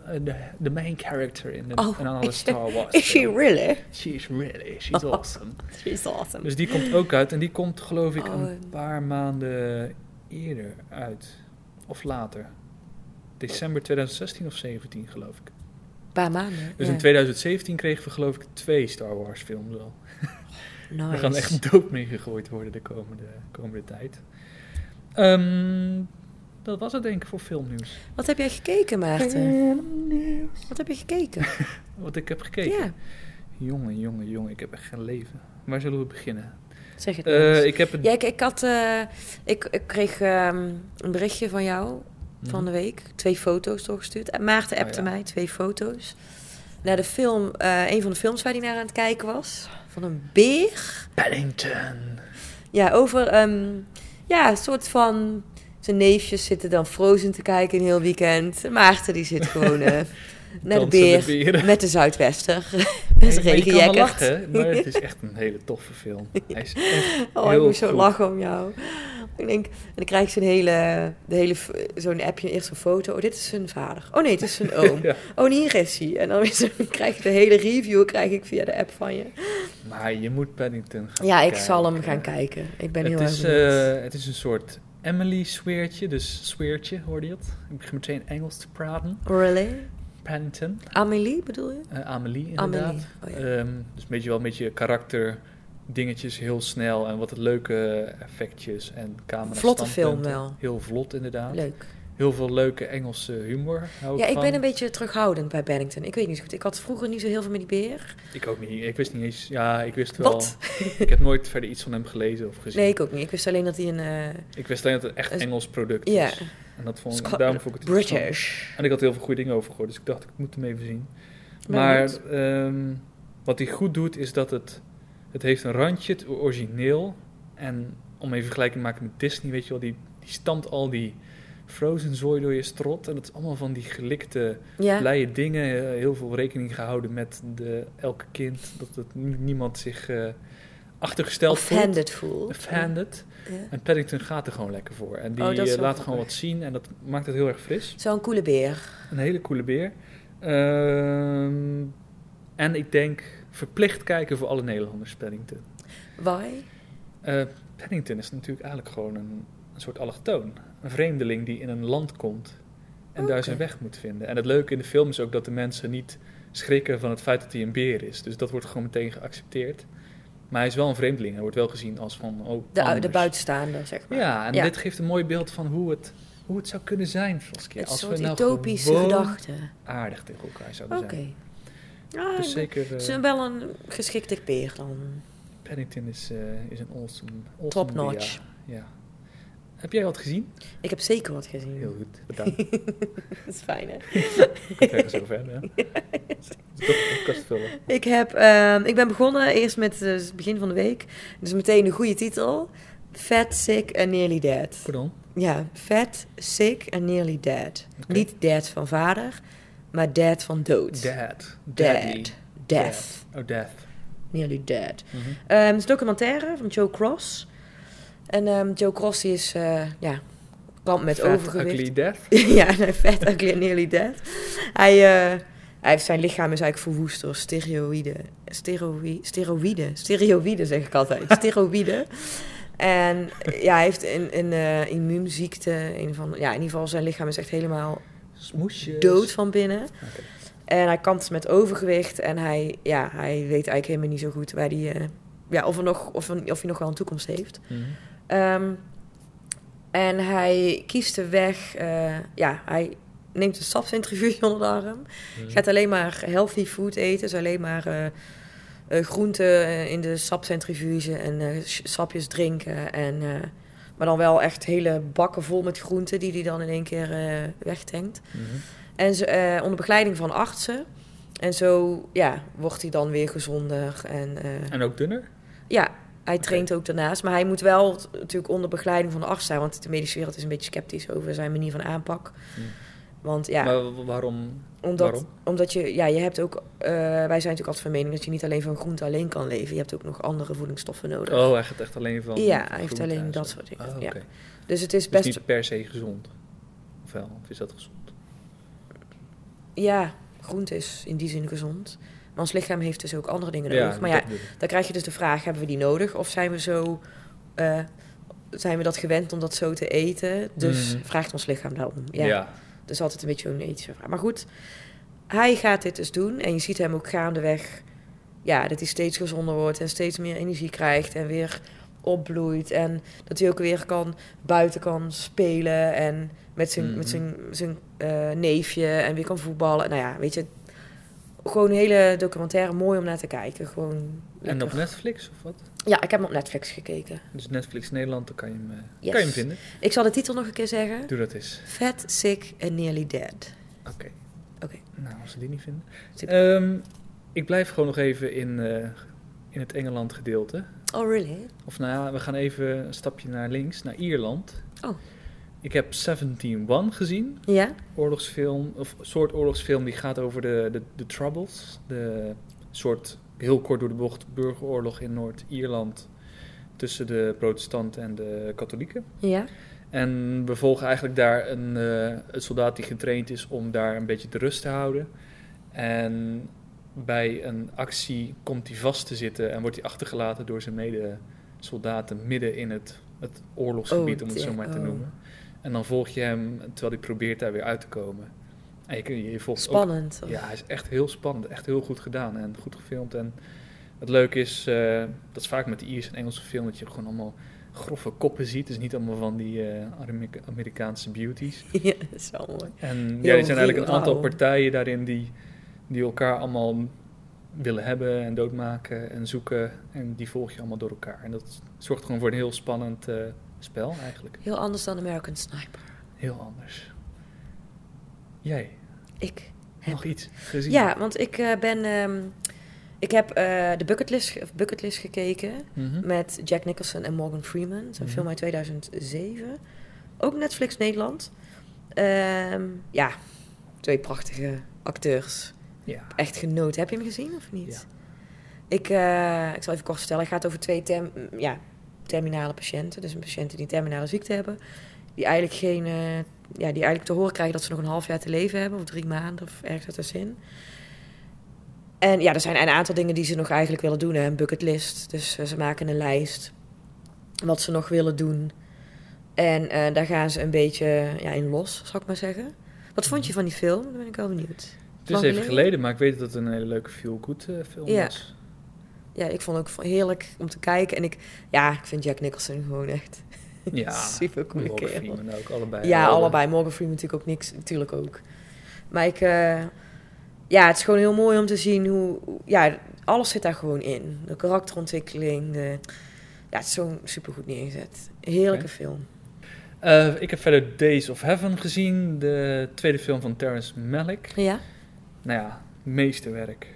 [SPEAKER 4] eh, the, the main character in, the,
[SPEAKER 5] Oh,
[SPEAKER 4] in another
[SPEAKER 5] is-
[SPEAKER 4] Star Wars.
[SPEAKER 5] Is she
[SPEAKER 4] film.
[SPEAKER 5] really?
[SPEAKER 4] She's really,
[SPEAKER 5] Oh.
[SPEAKER 4] she's awesome.
[SPEAKER 5] She's awesome.
[SPEAKER 4] Dus die komt ook uit. En die komt geloof ik
[SPEAKER 5] Oh,
[SPEAKER 4] een
[SPEAKER 5] en-
[SPEAKER 4] paar maanden eerder uit. Of later. December 2016 of 17 geloof ik.
[SPEAKER 5] Een paar maanden.
[SPEAKER 4] Dus
[SPEAKER 5] ja.
[SPEAKER 4] in 2017 kregen we geloof ik twee Star Wars films al.
[SPEAKER 5] Nice.
[SPEAKER 4] We gaan echt dood meegegooid worden de komende, komende tijd. Ehm, dat was het denk ik voor filmnieuws.
[SPEAKER 5] Wat heb jij gekeken,
[SPEAKER 4] Eh.
[SPEAKER 5] Maarten? Wat heb je gekeken?
[SPEAKER 4] Wat ik heb gekeken.
[SPEAKER 5] ja,
[SPEAKER 4] Jongen, jongen, jongen. Ik heb echt geen leven. Waar zullen we beginnen?
[SPEAKER 5] zeg het maar.
[SPEAKER 4] Eh, ik heb het
[SPEAKER 5] Ja, ik, ik had, eh, ik, ik kreeg ehm, een berichtje van jou
[SPEAKER 4] Hmm.
[SPEAKER 5] van de week. Twee foto's doorgestuurd. En Maarten appte
[SPEAKER 4] Mhm. Oh, ja.
[SPEAKER 5] mij twee foto's. Naar de film, eh, een van de films waar hij naar aan het kijken was. Van een beer.
[SPEAKER 4] Paddington.
[SPEAKER 5] Ja, over ehm, ja, een soort van... Zijn neefjes zitten dan Frozen te kijken een heel weekend. Maarten die zit gewoon eh, naar de
[SPEAKER 4] Dansen
[SPEAKER 5] beer.
[SPEAKER 4] met beren.
[SPEAKER 5] met de Zuidwester. met
[SPEAKER 4] Nee, maar je kan wel
[SPEAKER 5] regenjackert.
[SPEAKER 4] lachen, maar het is echt een hele toffe film. Hij is echt
[SPEAKER 5] Oh, ik
[SPEAKER 4] heel
[SPEAKER 5] moest zo
[SPEAKER 4] goed.
[SPEAKER 5] lachen om jou. Ik denk, en dan krijg ik zo'n hele, de hele, f- zo'n appje, eerst een foto. Oh, dit is zijn vader. Oh nee, het is zijn oom.
[SPEAKER 4] Ja.
[SPEAKER 5] Oh, en hier is hij. En dan is, dan krijg ik de hele review krijg ik via de app van je.
[SPEAKER 4] Maar je moet Paddington gaan
[SPEAKER 5] Ja, ik
[SPEAKER 4] kijken.
[SPEAKER 5] zal hem gaan kijken. Ik ben heel
[SPEAKER 4] eh, het,
[SPEAKER 5] erg
[SPEAKER 4] is,
[SPEAKER 5] benieuwd.
[SPEAKER 4] eh, het is een soort Emily-sweertje, dus sweertje, hoorde je het? Ik begin meteen Engels te praten.
[SPEAKER 5] Really?
[SPEAKER 4] Paddington,
[SPEAKER 5] Amélie bedoel je?
[SPEAKER 4] eh, Amelie inderdaad.
[SPEAKER 5] Amelie, oh ja.
[SPEAKER 4] Ehm, dus een beetje wel een beetje karakter, dingetjes heel snel en wat leuke effectjes en camera
[SPEAKER 5] Vlotte film
[SPEAKER 4] standpunten.
[SPEAKER 5] wel.
[SPEAKER 4] Heel vlot inderdaad.
[SPEAKER 5] Leuk.
[SPEAKER 4] Heel veel leuke Engelse humor hou
[SPEAKER 5] Ja, ik
[SPEAKER 4] van.
[SPEAKER 5] ben een beetje terughoudend bij Bennington. Ik weet niet zo goed. Ik had vroeger niet zo heel veel met die beer.
[SPEAKER 4] Ik ook niet. Ik wist niet eens. Ja, ik wist wel.
[SPEAKER 5] Wat?
[SPEAKER 4] Ik heb nooit verder iets van hem gelezen of gezien.
[SPEAKER 5] Nee, ik ook niet. Ik wist alleen dat hij een... eh,
[SPEAKER 4] Ik wist alleen dat het echt
[SPEAKER 5] Is-
[SPEAKER 4] Engels product is.
[SPEAKER 5] Ja.
[SPEAKER 4] En dat vond ik,
[SPEAKER 5] Scot-
[SPEAKER 4] daarom vond ik het interessant.
[SPEAKER 5] British.
[SPEAKER 4] En ik had heel veel goede dingen over gehoord, dus ik dacht, ik moet hem even zien.
[SPEAKER 5] Ben
[SPEAKER 4] Maar
[SPEAKER 5] benieuwd.
[SPEAKER 4] ehm, wat hij goed doet, is dat het... Het heeft een randje, het origineel. En om even vergelijking te maken met Disney, weet je wel, die, die stampt al die frozen zooi door je strot. En dat is allemaal van die gelikte,
[SPEAKER 5] Ja.
[SPEAKER 4] blije dingen. eh, Heel veel rekening gehouden met de, elke kind. Dat het, nie- niemand zich eh, achtergesteld voelt.
[SPEAKER 5] Offended voel.
[SPEAKER 4] Offhanded.
[SPEAKER 5] Ja.
[SPEAKER 4] En Paddington gaat er gewoon lekker voor. En die
[SPEAKER 5] Oh, dat is
[SPEAKER 4] eh,
[SPEAKER 5] wel
[SPEAKER 4] laat gewoon
[SPEAKER 5] grappig.
[SPEAKER 4] wat zien en dat maakt het heel erg fris.
[SPEAKER 5] Zo'n coole beer.
[SPEAKER 4] Een hele coole beer. Ehm, en ik denk verplicht kijken voor alle Nederlanders Paddington.
[SPEAKER 5] Why?
[SPEAKER 4] Eh, Paddington is natuurlijk eigenlijk gewoon een, een soort allochtoon. Een vreemdeling die in een land komt en daar
[SPEAKER 5] Oké.
[SPEAKER 4] zijn weg moet vinden. En het leuke in de film is ook dat de mensen niet schrikken van het feit dat hij een beer is. Dus dat wordt gewoon meteen geaccepteerd. Maar hij is wel een vreemdeling. Hij wordt wel gezien als van... Oh,
[SPEAKER 5] De, de
[SPEAKER 4] anders.
[SPEAKER 5] buitenstaander, zeg maar.
[SPEAKER 4] Ja, en dit geeft een mooi beeld van hoe het, hoe het zou kunnen zijn, Saskia.
[SPEAKER 5] Het
[SPEAKER 4] als
[SPEAKER 5] soort
[SPEAKER 4] we nou
[SPEAKER 5] utopische
[SPEAKER 4] gewoon
[SPEAKER 5] gedachte.
[SPEAKER 4] aardig tegen elkaar zouden
[SPEAKER 5] Oké.
[SPEAKER 4] zijn.
[SPEAKER 5] Ah,
[SPEAKER 4] Dus
[SPEAKER 5] ik-
[SPEAKER 4] zeker, eh,
[SPEAKER 5] het is wel een geschikte peer dan.
[SPEAKER 4] Paddington is, eh, is een awesome, awesome
[SPEAKER 5] Top notch.
[SPEAKER 4] dia. Ja. Heb jij wat gezien?
[SPEAKER 5] Ik heb zeker wat gezien.
[SPEAKER 4] Heel goed, bedankt. Ik
[SPEAKER 5] Dat is fijn, hè?
[SPEAKER 4] kan het ergens over hebben, hè? Toch een podcast vullen.
[SPEAKER 5] Ik, heb, ehm, ik ben begonnen eerst met eh, het begin van de week. Dus meteen een goede titel. Fat, Sick and Nearly Dead.
[SPEAKER 4] Pardon?
[SPEAKER 5] Ja, Fat, Sick and Nearly Dead. Niet dead van vader, maar dead van dood.
[SPEAKER 4] Dad. Daddy.
[SPEAKER 5] Dead. Death.
[SPEAKER 4] Oh, death. Mhm.
[SPEAKER 5] Nearly Dead. Ehm, het is een documentaire van Joe Cross. En ehm, Joe Cross die is, eh ja, kamp met
[SPEAKER 4] Fat,
[SPEAKER 5] overgewicht.
[SPEAKER 4] ugly death.
[SPEAKER 5] ja, en hij vet ugly en Nearly Dead. Hij, eh, hij heeft zijn lichaam is eigenlijk verwoest door steroïden. Steroï- steroïden. Steroïden zeg ik altijd. steroïden. En ja, hij heeft een, een eh, immuunziekte. Een van, ja, in ieder geval zijn lichaam is echt helemaal
[SPEAKER 4] Smoesjes.
[SPEAKER 5] dood van binnen. En hij kampt met overgewicht en hij, ja, hij weet eigenlijk helemaal niet zo goed waar hij, eh, ja, of, er nog, of, er- of hij nog wel een toekomst heeft.
[SPEAKER 4] Mhm.
[SPEAKER 5] Ehm, en hij kiest de weg, eh, ja, hij neemt een sapsinterview onder de arm. Gaat alleen maar healthy food eten, dus alleen maar eh, eh, groenten eh, in de sapcentrifuge en eh, s- sapjes drinken. En, eh, maar dan wel echt hele bakken vol met groenten die hij dan in één keer eh, wegtankt.
[SPEAKER 4] Mhm.
[SPEAKER 5] En ze, eh, onder begeleiding van artsen. En zo ja, wordt hij dan weer gezonder. En, eh,
[SPEAKER 4] En ook dunner?
[SPEAKER 5] ja, hij traint ook daarnaast. Maar hij moet wel t- natuurlijk onder begeleiding van de arts staan. Want de medische wereld is een beetje sceptisch over zijn manier van aanpak. Want ja,
[SPEAKER 4] Hmm. Maar wa- waarom?
[SPEAKER 5] omdat,
[SPEAKER 4] waarom?
[SPEAKER 5] omdat je, ja, je hebt ook, eh, wij zijn natuurlijk altijd van mening dat je niet alleen van groente alleen kan leven. Je hebt ook nog andere voedingsstoffen nodig.
[SPEAKER 4] Oh, hij gaat echt alleen van
[SPEAKER 5] Ja,
[SPEAKER 4] van
[SPEAKER 5] hij heeft
[SPEAKER 4] groente
[SPEAKER 5] alleen
[SPEAKER 4] en
[SPEAKER 5] dat
[SPEAKER 4] zo.
[SPEAKER 5] soort dingen,
[SPEAKER 4] Ah,
[SPEAKER 5] ja.
[SPEAKER 4] oké.
[SPEAKER 5] Dus het is
[SPEAKER 4] Dus
[SPEAKER 5] best,
[SPEAKER 4] niet per se gezond. Of wel, of is dat gezond?
[SPEAKER 5] ja, groente is in die zin gezond. Maar ons lichaam heeft dus ook andere dingen nodig. maar
[SPEAKER 4] dat
[SPEAKER 5] ja,
[SPEAKER 4] bedoel ik.
[SPEAKER 5] dan krijg je dus de vraag, hebben we die nodig? Of zijn we zo, eh, zijn we dat gewend om dat zo te eten? Dus
[SPEAKER 4] Mhm.
[SPEAKER 5] vraagt ons lichaam daarom.
[SPEAKER 4] ja.
[SPEAKER 5] Dus altijd een beetje een ethische vraag. Maar goed, hij gaat dit dus doen. En je ziet hem ook gaandeweg... Ja, dat hij steeds gezonder wordt en steeds meer energie krijgt. En weer opbloeit. En dat hij ook weer kan, buiten kan spelen. En met zijn,
[SPEAKER 4] Mhm.
[SPEAKER 5] met zijn, zijn eh, neefje. En weer kan voetballen. Nou ja, weet je... Gewoon een hele documentaire. Mooi om naar te kijken. Gewoon
[SPEAKER 4] En
[SPEAKER 5] Lekker.
[SPEAKER 4] op Netflix of wat?
[SPEAKER 5] Ja, ik heb hem op Netflix gekeken.
[SPEAKER 4] Dus Netflix Nederland, dan kan je hem, eh,
[SPEAKER 5] Yes.
[SPEAKER 4] kan je hem vinden.
[SPEAKER 5] Ik zal de titel nog een keer zeggen.
[SPEAKER 4] Doe dat eens.
[SPEAKER 5] Fat, Sick and Nearly Dead.
[SPEAKER 4] Oké.
[SPEAKER 5] Oké.
[SPEAKER 4] Nou, als ze die niet vinden.
[SPEAKER 5] Zit-
[SPEAKER 4] Ehm, ik blijf gewoon nog even in, eh, in het Engeland gedeelte.
[SPEAKER 5] Oh, really?
[SPEAKER 4] Of nou ja, we gaan even een stapje naar links, naar Ierland.
[SPEAKER 5] Oh.
[SPEAKER 4] Ik heb 17-1 gezien.
[SPEAKER 5] Ja?
[SPEAKER 4] Oorlogsfilm, of een soort oorlogsfilm die gaat over de, de, de Troubles. De soort, heel kort door de bocht, burgeroorlog in Noord-Ierland. Tussen de protestanten en de katholieken.
[SPEAKER 5] Ja?
[SPEAKER 4] En we volgen eigenlijk daar een, eh, een soldaat die getraind is om daar een beetje de rust te houden. En bij een actie komt hij vast te zitten en wordt hij achtergelaten door zijn mede-soldaten midden in het, het oorlogsgebied,
[SPEAKER 5] Oh,
[SPEAKER 4] om het zo
[SPEAKER 5] dear.
[SPEAKER 4] maar te
[SPEAKER 5] Oh.
[SPEAKER 4] noemen. En dan volg je hem terwijl hij probeert daar weer uit te komen. En je, kun- je volgt ook
[SPEAKER 5] Spannend.
[SPEAKER 4] ja, hij is echt heel spannend. Echt heel goed gedaan en goed gefilmd. En het leuke is, eh, dat is vaak met de Ierse en Engelse film, dat je gewoon allemaal grove koppen ziet. Dus niet allemaal van die eh, Amerika- Amerikaanse beauties.
[SPEAKER 5] Ja, dat is wel mooi.
[SPEAKER 4] En ja,
[SPEAKER 5] Heel
[SPEAKER 4] er zijn eigenlijk een
[SPEAKER 5] ruw,
[SPEAKER 4] aantal
[SPEAKER 5] rauw.
[SPEAKER 4] partijen daarin die, die elkaar allemaal willen hebben en doodmaken en zoeken. En die volg je allemaal door elkaar. En dat zorgt gewoon voor een heel spannend eh, spel eigenlijk.
[SPEAKER 5] Heel anders dan American Sniper.
[SPEAKER 4] Heel anders. Jij,
[SPEAKER 5] Ik.
[SPEAKER 4] nog iets gezien?
[SPEAKER 5] Ja, want ik eh, ben... ehm, ik heb eh, de bucketlist, ge- of bucketlist gekeken
[SPEAKER 4] Mhm.
[SPEAKER 5] met Jack Nicholson en Morgan Freeman. Het is een
[SPEAKER 4] Mhm.
[SPEAKER 5] film uit 2007. Ook Netflix Nederland. Ehm, ja, twee prachtige acteurs.
[SPEAKER 4] Ja.
[SPEAKER 5] echt genoten. Heb je hem gezien of niet?
[SPEAKER 4] Ja.
[SPEAKER 5] Ik, eh, ik zal even kort vertellen. Het gaat over twee term, mm, ja, terminale patiënten. Dus een patiënten die een terminale ziekte hebben. Die eigenlijk, geen, eh, ja, die eigenlijk te horen krijgen dat ze nog een half jaar te leven hebben. Of drie maanden of ergens ertussenin. En ja, er zijn een aantal dingen die ze nog eigenlijk willen doen. Hè? Een bucketlist. Dus eh, ze maken een lijst. Wat ze nog willen doen. En eh, daar gaan ze een beetje ja, in los, zal ik maar zeggen. Wat
[SPEAKER 4] Mhm.
[SPEAKER 5] vond je van die film? Daar ben ik wel benieuwd.
[SPEAKER 4] Het is
[SPEAKER 5] Lang
[SPEAKER 4] even
[SPEAKER 5] geleden?
[SPEAKER 4] geleden, maar ik weet dat het een hele leuke feel-good eh, film
[SPEAKER 5] Ja.
[SPEAKER 4] was.
[SPEAKER 5] Ja, ik vond het ook heerlijk om te kijken. En ik, ja, ik vind Jack Nicholson gewoon echt
[SPEAKER 4] Ja,
[SPEAKER 5] super cool.
[SPEAKER 4] Morgan Freeman eh, ook, allebei.
[SPEAKER 5] Ja,
[SPEAKER 4] Alle-
[SPEAKER 5] allebei. Morgan Freeman natuurlijk ook niks, natuurlijk ook. Maar ik, eh, ja, het is gewoon heel mooi om te zien hoe, hoe- ja, alles zit daar gewoon in. De karakterontwikkeling, de, ja, het is zo supergoed neergezet. Heerlijke
[SPEAKER 4] Oké.
[SPEAKER 5] film.
[SPEAKER 4] Eh, ik heb verder Days of Heaven gezien, de tweede film van Terrence Malick.
[SPEAKER 5] Ja?
[SPEAKER 4] Nou ja, meesterwerk.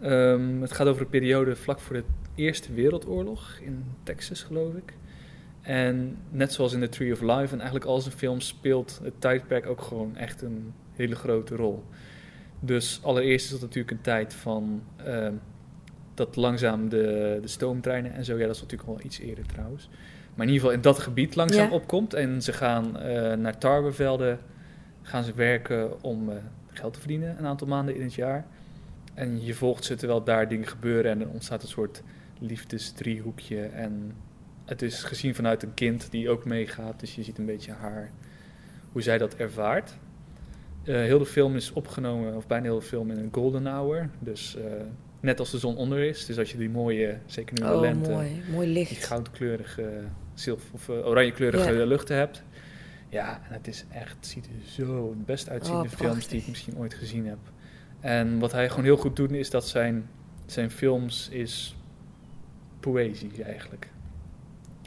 [SPEAKER 4] Ehm, het gaat over een periode vlak voor de Eerste Wereldoorlog in Texas, geloof ik. En net zoals in The Tree of Life en eigenlijk al zijn films speelt het tijdperk ook gewoon echt een hele grote rol. Dus allereerst is dat natuurlijk een tijd van ehm, dat langzaam de, de stoomtreinen en zo. Ja, dat is natuurlijk al iets eerder trouwens. Maar in ieder geval in dat gebied langzaam
[SPEAKER 5] Ja.
[SPEAKER 4] opkomt. En ze gaan eh, naar tarwevelden, gaan ze werken om eh, geld te verdienen een aantal maanden in het jaar. En je volgt ze terwijl daar dingen gebeuren en er ontstaat een soort liefdesdriehoekje. En het is gezien vanuit een kind die ook meegaat, dus je ziet een beetje haar, hoe zij dat ervaart. Eh, heel de film is opgenomen, of bijna heel de film, in een golden hour. Dus eh, net als de zon onder is. Dus als je die mooie, zeker nu in de
[SPEAKER 5] Oh,
[SPEAKER 4] lente,
[SPEAKER 5] mooi. Mooi
[SPEAKER 4] die
[SPEAKER 5] licht.
[SPEAKER 4] goudkleurige, zilver, of eh, oranjekleurige
[SPEAKER 5] Ja.
[SPEAKER 4] luchten hebt. Ja, en het is echt, het ziet er zo het best uitziende
[SPEAKER 5] Oh,
[SPEAKER 4] films die
[SPEAKER 5] prachtig.
[SPEAKER 4] ik misschien ooit gezien heb. En wat hij gewoon heel goed doet, is dat zijn, zijn films is poëzie eigenlijk.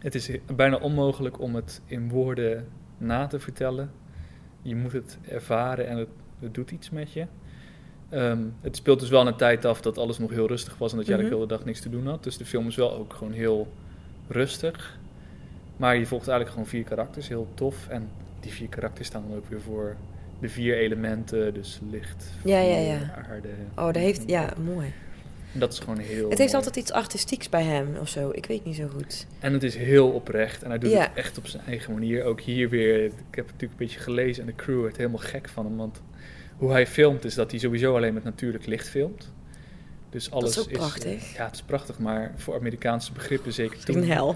[SPEAKER 4] Het is he- bijna onmogelijk om het in woorden na te vertellen. Je moet het ervaren en het, het doet iets met je. Ehm, het speelt dus wel in een tijd af dat alles nog heel rustig was en dat jij de
[SPEAKER 5] Mhm.
[SPEAKER 4] hele dag niks te doen had. Dus de film is wel ook gewoon heel rustig. Maar je volgt eigenlijk gewoon vier karakters, heel tof. En die vier karakters staan dan ook weer voor de vier elementen, dus licht,
[SPEAKER 5] Ja, ja,
[SPEAKER 4] vuur,
[SPEAKER 5] ja.
[SPEAKER 4] aarde.
[SPEAKER 5] Oh, dat heeft, ja, mooi.
[SPEAKER 4] En Dat is gewoon heel.
[SPEAKER 5] Het heeft
[SPEAKER 4] mooi.
[SPEAKER 5] altijd iets artistieks bij hem of zo. Ik weet niet zo goed.
[SPEAKER 4] En het is heel oprecht. En hij doet
[SPEAKER 5] Ja.
[SPEAKER 4] het echt op zijn eigen manier. Ook hier weer. Ik heb het natuurlijk een beetje gelezen. En de crew werd helemaal gek van hem. Want hoe hij filmt is dat hij sowieso alleen met natuurlijk licht filmt. Dus alles
[SPEAKER 5] is ook prachtig.
[SPEAKER 4] ja, het is prachtig. Maar voor Amerikaanse begrippen zeker
[SPEAKER 5] Een
[SPEAKER 4] toen.
[SPEAKER 5] hel.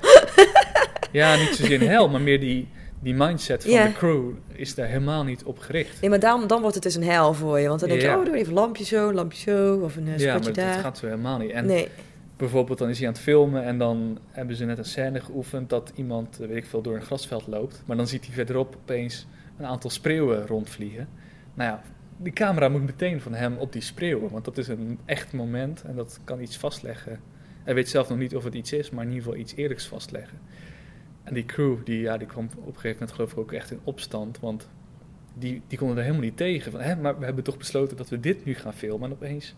[SPEAKER 4] Ja, niet zozeer een hel. Maar meer die, die mindset van
[SPEAKER 5] Ja.
[SPEAKER 4] de crew is daar helemaal niet op gericht.
[SPEAKER 5] Nee, maar daarom, dan wordt het dus een hel voor je. Want dan denk je,
[SPEAKER 4] Ja.
[SPEAKER 5] oh, doe even een lampje zo, een lampje zo, of een eh,
[SPEAKER 4] ja, maar
[SPEAKER 5] spotje
[SPEAKER 4] dat,
[SPEAKER 5] daar.
[SPEAKER 4] dat gaat zo helemaal niet. En
[SPEAKER 5] nee, dus
[SPEAKER 4] bijvoorbeeld dan is hij aan het filmen en dan hebben ze net een scène geoefend dat iemand, eh, weet ik veel, door een grasveld loopt. Maar dan ziet hij verderop opeens een aantal spreeuwen rondvliegen. Nou ja, die camera moet meteen van hem op die spreeuwen, want dat is een echt moment en dat kan iets vastleggen. Hij weet zelf nog niet of het iets is, maar in ieder geval iets eerlijks vastleggen. En die crew, die, ja, die kwam op een gegeven moment geloof ik ook echt in opstand, want die, die konden er helemaal niet tegen. Van, hè, maar we hebben toch besloten dat we dit nu gaan filmen en opeens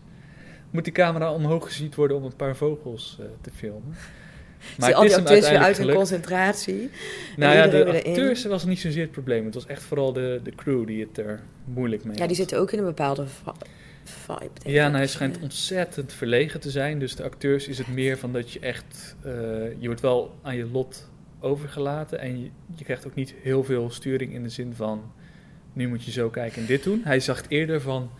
[SPEAKER 4] moet die camera omhoog gezien worden om een paar vogels eh, te filmen.
[SPEAKER 5] Zie al die
[SPEAKER 4] hem
[SPEAKER 5] acteurs weer uit hun
[SPEAKER 4] uiteindelijk gelukt.
[SPEAKER 5] concentratie.
[SPEAKER 4] Nou
[SPEAKER 5] en
[SPEAKER 4] ja,
[SPEAKER 5] iedereen
[SPEAKER 4] de
[SPEAKER 5] weer erin.
[SPEAKER 4] acteurs was niet zozeer het probleem. Het was echt vooral de, de crew die het er moeilijk mee
[SPEAKER 5] Ja, die
[SPEAKER 4] had.
[SPEAKER 5] zitten ook in een bepaalde va- vibe. denk
[SPEAKER 4] Ja,
[SPEAKER 5] ik.
[SPEAKER 4] en hij schijnt ontzettend verlegen te zijn. Dus de acteurs is het meer van dat je echt... eh, je wordt wel aan je lot overgelaten. En je, je krijgt ook niet heel veel sturing in de zin van... Nu moet je zo kijken en dit doen. Hij zag het eerder van...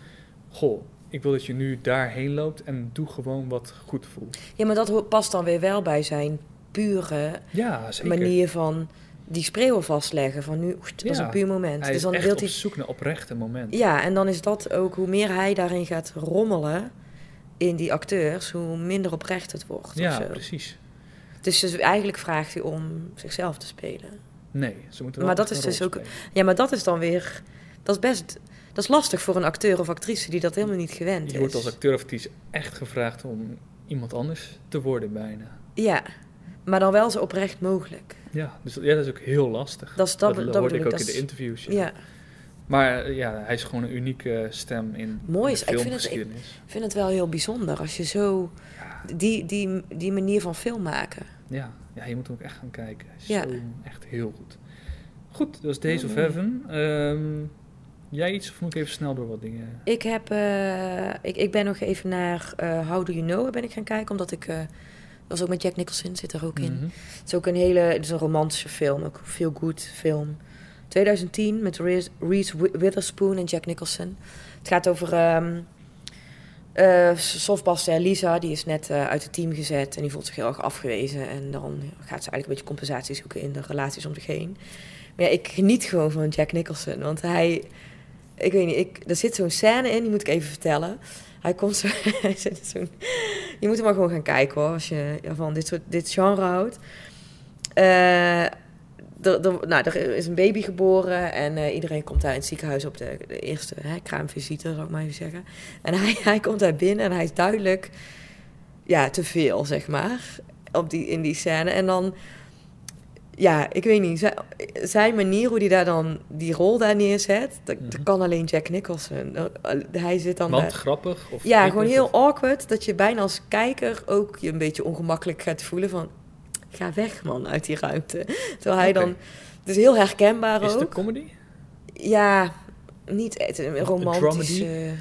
[SPEAKER 4] Goh, ik wil dat je nu daarheen loopt en doe gewoon wat goed voelt.
[SPEAKER 5] Ja, maar dat ho- past dan weer wel bij zijn pure
[SPEAKER 4] Ja, zeker.
[SPEAKER 5] manier van die spreeuwen vastleggen. Van nu, oest, dat is
[SPEAKER 4] Ja,
[SPEAKER 5] een puur moment.
[SPEAKER 4] Hij
[SPEAKER 5] Dus
[SPEAKER 4] is
[SPEAKER 5] dan
[SPEAKER 4] echt
[SPEAKER 5] wil
[SPEAKER 4] op
[SPEAKER 5] hij...
[SPEAKER 4] zoek naar oprechte momenten.
[SPEAKER 5] Ja, en dan is dat ook, hoe meer hij daarin gaat rommelen in die acteurs, hoe minder oprecht het wordt. of
[SPEAKER 4] Ja,
[SPEAKER 5] zo.
[SPEAKER 4] precies.
[SPEAKER 5] Dus, dus eigenlijk vraagt hij om zichzelf te spelen.
[SPEAKER 4] Nee, ze moeten wel
[SPEAKER 5] Maar dat
[SPEAKER 4] echt
[SPEAKER 5] is
[SPEAKER 4] een
[SPEAKER 5] dus
[SPEAKER 4] rol
[SPEAKER 5] ook-
[SPEAKER 4] spelen.
[SPEAKER 5] Ja, maar dat is dan weer, dat is best, dat is lastig voor een acteur of actrice die dat helemaal niet gewend
[SPEAKER 4] Je
[SPEAKER 5] is.
[SPEAKER 4] wordt als acteur of actrice echt gevraagd om iemand anders te worden bijna.
[SPEAKER 5] Ja, maar dan wel zo oprecht mogelijk.
[SPEAKER 4] Ja, dus dat, ja, dat is ook heel lastig.
[SPEAKER 5] Dat is- dat- dat
[SPEAKER 4] hoorde
[SPEAKER 5] bedoel
[SPEAKER 4] ik
[SPEAKER 5] ik,
[SPEAKER 4] ook
[SPEAKER 5] dat
[SPEAKER 4] in de
[SPEAKER 5] is-
[SPEAKER 4] interviews. Ja.
[SPEAKER 5] Ja.
[SPEAKER 4] Maar eh, ja, hij is gewoon een unieke eh, stem in,
[SPEAKER 5] Mooi
[SPEAKER 4] in
[SPEAKER 5] is-
[SPEAKER 4] de
[SPEAKER 5] ik vind het-
[SPEAKER 4] filmgeschiedenis.
[SPEAKER 5] Ik vind het wel heel bijzonder als je zo die, die, die manier van film maken.
[SPEAKER 4] Ja. ja, je moet hem ook echt gaan kijken. Hij is
[SPEAKER 5] Ja.
[SPEAKER 4] zo echt heel goed. Goed, dat was Days of Heaven. Ehm, jij iets of moet ik even snel door wat dingen?
[SPEAKER 5] Ik, heb, eh, ik, ik ben nog even naar eh How Do You Know ben ik gaan kijken, omdat ik... eh, dat was ook met Jack Nicholson, zit er ook in.
[SPEAKER 4] Mhm.
[SPEAKER 5] Het is ook een hele, het is een romantische film, ook veel good film. 2010 met Reese, Reese Wi- Witherspoon en Jack Nicholson. Het gaat over ehm eh, softbalster Lisa, die is net eh, uit het team gezet en die voelt zich heel erg afgewezen. En dan gaat ze eigenlijk een beetje compensatie zoeken in de relaties om zich heen. Maar ja, ik geniet gewoon van Jack Nicholson, want hij, ik weet niet, ik, er zit zo'n scène in, die moet ik even vertellen. Hij komt zo, hij zit in zo'n, je moet hem maar gewoon gaan kijken hoor, als je van dit, soort, dit genre houdt. Eh, er, er- nou, er is een baby geboren en eh, iedereen komt daar in het ziekenhuis op de, de eerste hè, kraamvisite, zou ik maar even zeggen. En hij, hij komt daar binnen en hij is duidelijk ja, te veel, zeg maar, op die, in die scène. En dan, ja, ik weet niet, zijn, zijn manier hoe hij daar dan die rol daar neerzet, dat, dat kan alleen Jack Nicholson. Eh, Hij zit dan
[SPEAKER 4] Want
[SPEAKER 5] daar-
[SPEAKER 4] grappig? Of
[SPEAKER 5] ja,
[SPEAKER 4] ik
[SPEAKER 5] gewoon
[SPEAKER 4] weet
[SPEAKER 5] heel
[SPEAKER 4] het.
[SPEAKER 5] awkward. Dat je bijna als kijker ook je een beetje ongemakkelijk gaat voelen van... Ga weg, man, uit die ruimte. Terwijl hij
[SPEAKER 4] Oké.
[SPEAKER 5] dan... Het is heel herkenbaar
[SPEAKER 4] Is het een
[SPEAKER 5] ook.
[SPEAKER 4] comedy?
[SPEAKER 5] Ja, niet echt een romantische...
[SPEAKER 4] dramedy?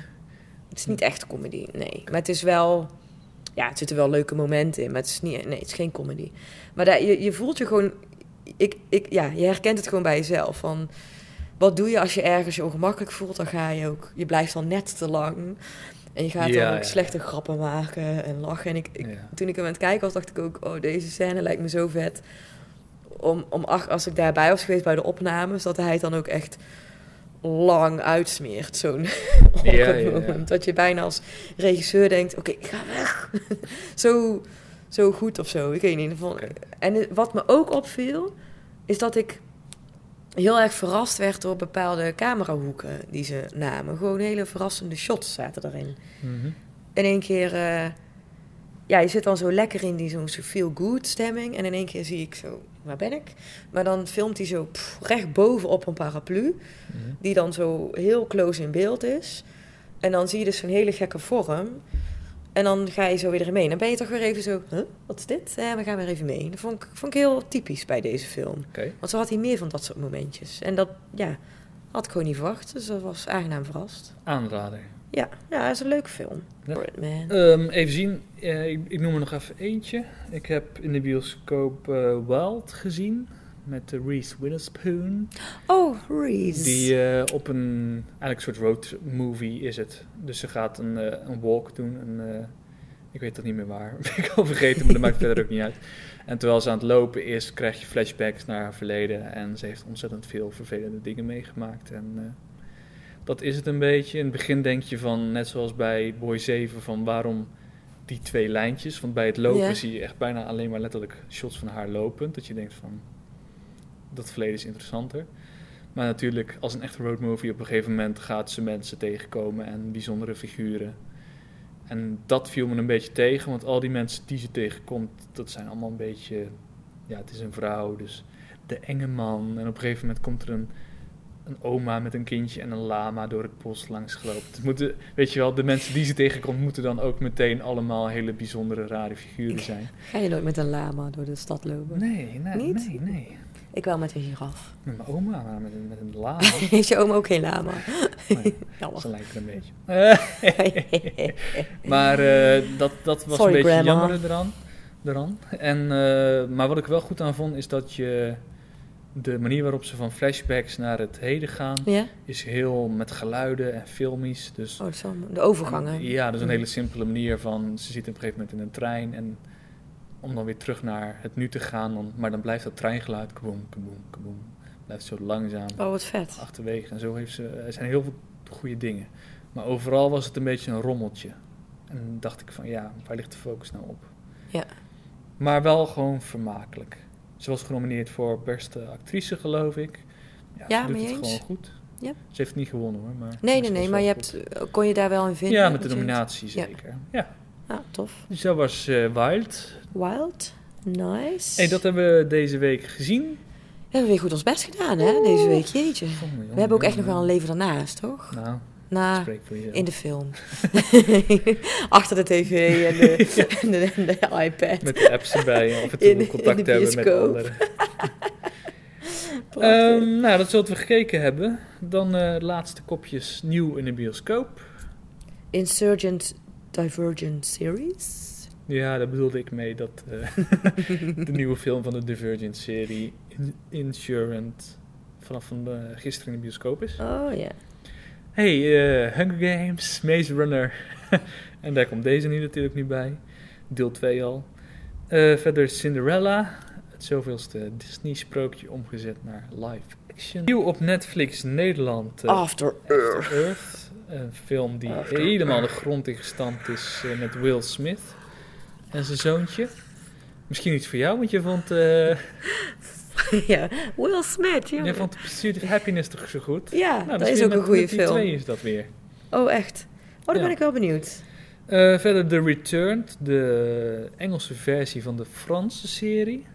[SPEAKER 5] Het is niet echt comedy, nee. Maar het is wel... Ja, het zitten wel leuke momenten in, maar het is, niet, nee, het is geen comedy. Maar daar, je, je voelt je gewoon... Ik, ik, ja, je herkent het gewoon bij jezelf. Van, wat doe je als je ergens je ongemakkelijk voelt? Dan ga je ook... Je blijft dan net te lang. En je gaat
[SPEAKER 4] Ja,
[SPEAKER 5] dan ook
[SPEAKER 4] ja.
[SPEAKER 5] slechte grappen maken en lachen. En ik, ik-
[SPEAKER 4] Ja.
[SPEAKER 5] toen ik hem aan het kijken was, dacht ik ook... Oh, deze scène lijkt me zo vet. Om, om acht, als ik daarbij was geweest bij de opnames... dat hij het dan ook echt lang uitsmeert, zo'n
[SPEAKER 4] Ja, ja,
[SPEAKER 5] awkward
[SPEAKER 4] ja.
[SPEAKER 5] moment. Dat je bijna als regisseur denkt, oké, ik ga weg. zo, zo goed of zo, ik weet niet. In ieder geval.
[SPEAKER 4] Oké.
[SPEAKER 5] En het- wat me ook opviel, is dat ik heel erg verrast werd door bepaalde camerahoeken die ze namen. Gewoon hele verrassende shots zaten erin.
[SPEAKER 4] Mhm.
[SPEAKER 5] In één keer, eh, ja, je zit dan zo lekker in die zo'n feel-good stemming. En in één keer zie ik zo, waar ben ik? Maar dan filmt hij zo pff, recht boven op een paraplu
[SPEAKER 4] Mhm.
[SPEAKER 5] die dan zo heel close in beeld is. En dan zie je dus zo'n hele gekke vorm. En dan ga je zo weer erin mee. Dan ben je toch weer even zo, huh, wat is dit? Eh, we gaan weer even mee. Dat vond ik, vond ik heel typisch bij deze film.
[SPEAKER 4] Oké.
[SPEAKER 5] Want zo had hij meer van dat soort momentjes. En dat, ja, had ik gewoon niet verwacht. Dus dat was aangenaam verrast.
[SPEAKER 4] Aanrader.
[SPEAKER 5] Ja, ja, het is een leuke film.
[SPEAKER 4] Ja.
[SPEAKER 5] Birdman.
[SPEAKER 4] Ehm, even zien, Eh, ik, ik noem er nog even eentje. Ik heb in de bioscoop eh, Wild gezien met eh, Reese Witherspoon.
[SPEAKER 5] Oh, Reese.
[SPEAKER 4] Die eh, op een eigenlijk een soort road movie is het. Dus ze gaat een, eh, een walk doen. Een, eh, ik weet dat niet meer waar. Ben ik al vergeten, maar dat maakt verder ook niet uit. En terwijl ze aan het lopen is, krijg je flashbacks naar haar verleden. En ze heeft ontzettend veel vervelende dingen meegemaakt. En eh, dat is het een beetje. In het begin denk je van, net zoals bij Boy 7, van waarom die twee lijntjes? Want bij het lopen
[SPEAKER 5] Ja.
[SPEAKER 4] zie je echt bijna alleen maar letterlijk shots van haar lopend. Dat je denkt van, dat verleden is interessanter. Maar natuurlijk, als een echte roadmovie, op een gegeven moment gaat ze mensen tegenkomen en bijzondere figuren. En dat viel me een beetje tegen, want al die mensen die ze tegenkomt, dat zijn allemaal een beetje. Ja, het is een vrouw, dus de enge man. En op een gegeven moment komt er een, een oma met een kindje en een lama door het bos langs gelopen. Het moeten, weet je wel, de mensen die ze tegenkomt, moeten dan ook meteen allemaal hele bijzondere, rare figuren zijn.
[SPEAKER 5] Ga je nooit met een lama door de stad lopen?
[SPEAKER 4] eh, Nee, nee,
[SPEAKER 5] Niet?
[SPEAKER 4] nee, nee.
[SPEAKER 5] Ik wel met een giraf.
[SPEAKER 4] Met mijn oma, maar met, een- met een lama.
[SPEAKER 5] Is je oom ook geen lama?
[SPEAKER 4] Nee,
[SPEAKER 5] Jammer.
[SPEAKER 4] ze lijkt er een beetje. maar eh, dat, dat was
[SPEAKER 5] Sorry,
[SPEAKER 4] een beetje
[SPEAKER 5] grandma.
[SPEAKER 4] jammer eraan. eraan. En, eh, maar wat ik wel goed aan vond, is dat je de manier waarop ze van flashbacks naar het heden gaan,
[SPEAKER 5] Ja?
[SPEAKER 4] is heel met geluiden en filmisch. Dus,
[SPEAKER 5] Oh, dat is wel de overgangen.
[SPEAKER 4] Ja, dus een
[SPEAKER 5] Mm.
[SPEAKER 4] hele simpele manier van ze zitten op een gegeven moment in een trein en om dan weer terug naar het nu te gaan, dan, maar dan blijft dat treingeluid kaboom, kaboom, kaboom. Blijft zo langzaam
[SPEAKER 5] Oh, wat vet.
[SPEAKER 4] achterwege. En zo heeft ze, er zijn heel veel goede dingen. Maar overal was het een beetje een rommeltje. En dan dacht ik van ja, waar ligt de focus nou op?
[SPEAKER 5] Ja.
[SPEAKER 4] Maar wel gewoon vermakelijk. Ze was genomineerd voor beste actrice, geloof ik. Ja,
[SPEAKER 5] Ja,
[SPEAKER 4] ze doet
[SPEAKER 5] mee
[SPEAKER 4] het
[SPEAKER 5] eens.
[SPEAKER 4] gewoon goed.
[SPEAKER 5] Ja.
[SPEAKER 4] Ze heeft het niet gewonnen hoor. Maar
[SPEAKER 5] Nee, nee,
[SPEAKER 4] ze was
[SPEAKER 5] nee,
[SPEAKER 4] wel
[SPEAKER 5] maar je
[SPEAKER 4] goed.
[SPEAKER 5] hebt, eh, kon je daar wel in vinden?
[SPEAKER 4] Ja, met de
[SPEAKER 5] natuurlijk?
[SPEAKER 4] nominatie
[SPEAKER 5] Ja.
[SPEAKER 4] zeker. Ja.
[SPEAKER 5] Nou, tof.
[SPEAKER 4] Dus dat was eh, Wild.
[SPEAKER 5] Wild. Nice.
[SPEAKER 4] Hey, dat hebben we deze week gezien.
[SPEAKER 5] We hebben weer goed ons best gedaan, hè, deze week. Jeetje.
[SPEAKER 4] Jongen,
[SPEAKER 5] We hebben ook echt nog
[SPEAKER 4] jongen,
[SPEAKER 5] wel een leven daarnaast, toch?
[SPEAKER 4] jongen. Nou,
[SPEAKER 5] Na,
[SPEAKER 4] spreek voor jezelf.
[SPEAKER 5] in de film. Achter de tv en de, en de, en de iPad.
[SPEAKER 4] Met de apps erbij. Of het
[SPEAKER 5] In- in
[SPEAKER 4] contact
[SPEAKER 5] de
[SPEAKER 4] hebben met
[SPEAKER 5] bioscoop.
[SPEAKER 4] anderen.
[SPEAKER 5] Prachtig.
[SPEAKER 4] Ehm, nou, dat zullen we gekeken hebben. Dan eh, laatste kopjes nieuw in de bioscoop.
[SPEAKER 5] Insurgent Divergent Series.
[SPEAKER 4] Ja, daar bedoelde ik mee dat eh, de nieuwe film van de Divergent-serie In- Insurant vanaf van, eh, gisteren in de bioscoop is.
[SPEAKER 5] Oh, ja.
[SPEAKER 4] Hey, eh, Hunger Games, Maze Runner. en daar komt deze nu natuurlijk niet bij. Deel 2 al. Eh, verder Cinderella. Het zoveelste Disney-sprookje omgezet naar live action. Nieuw op Netflix Nederland. eh,
[SPEAKER 5] After
[SPEAKER 4] After Earth. Een film die helemaal de grond in gestampt is eh, met Will Smith en zijn zoontje. Misschien iets voor jou, want je vond, eh
[SPEAKER 5] ja. Will Smith, ja.
[SPEAKER 4] je vond The Pursuit of Happiness toch zo goed?
[SPEAKER 5] Ja,
[SPEAKER 4] Nou,
[SPEAKER 5] dat is
[SPEAKER 4] misschien
[SPEAKER 5] ook een
[SPEAKER 4] met-
[SPEAKER 5] goede
[SPEAKER 4] met die twee
[SPEAKER 5] film.
[SPEAKER 4] is dat weer.
[SPEAKER 5] Oh, echt? Oh, daar
[SPEAKER 4] Ja.
[SPEAKER 5] ben ik wel benieuwd.
[SPEAKER 4] Eh, verder The Returned, de Engelse versie van de Franse serie.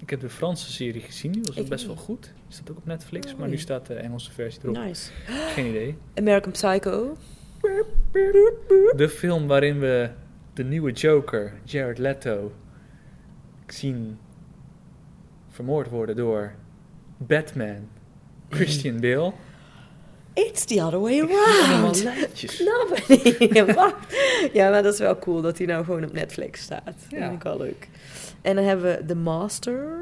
[SPEAKER 4] Ik heb de Franse serie gezien, die was
[SPEAKER 5] Ik
[SPEAKER 4] best
[SPEAKER 5] ook.
[SPEAKER 4] wel goed. Is dat ook op Netflix?
[SPEAKER 5] Oh,
[SPEAKER 4] maar nu
[SPEAKER 5] ja.
[SPEAKER 4] staat de Engelse versie erop.
[SPEAKER 5] Nice.
[SPEAKER 4] Geen idee.
[SPEAKER 5] American Psycho.
[SPEAKER 4] De film waarin we de nieuwe Joker, Jared Leto, zien vermoord worden door Batman,
[SPEAKER 5] Mm.
[SPEAKER 4] Christian Bale.
[SPEAKER 5] It's the other way
[SPEAKER 4] Allemaal
[SPEAKER 5] around.
[SPEAKER 4] lijntjes.
[SPEAKER 5] Snap je? Ja, wacht. ja, maar dat is wel cool dat hij nou gewoon op Netflix staat. Dat
[SPEAKER 4] Ja.
[SPEAKER 5] vind ik wel leuk. En dan hebben we The Master.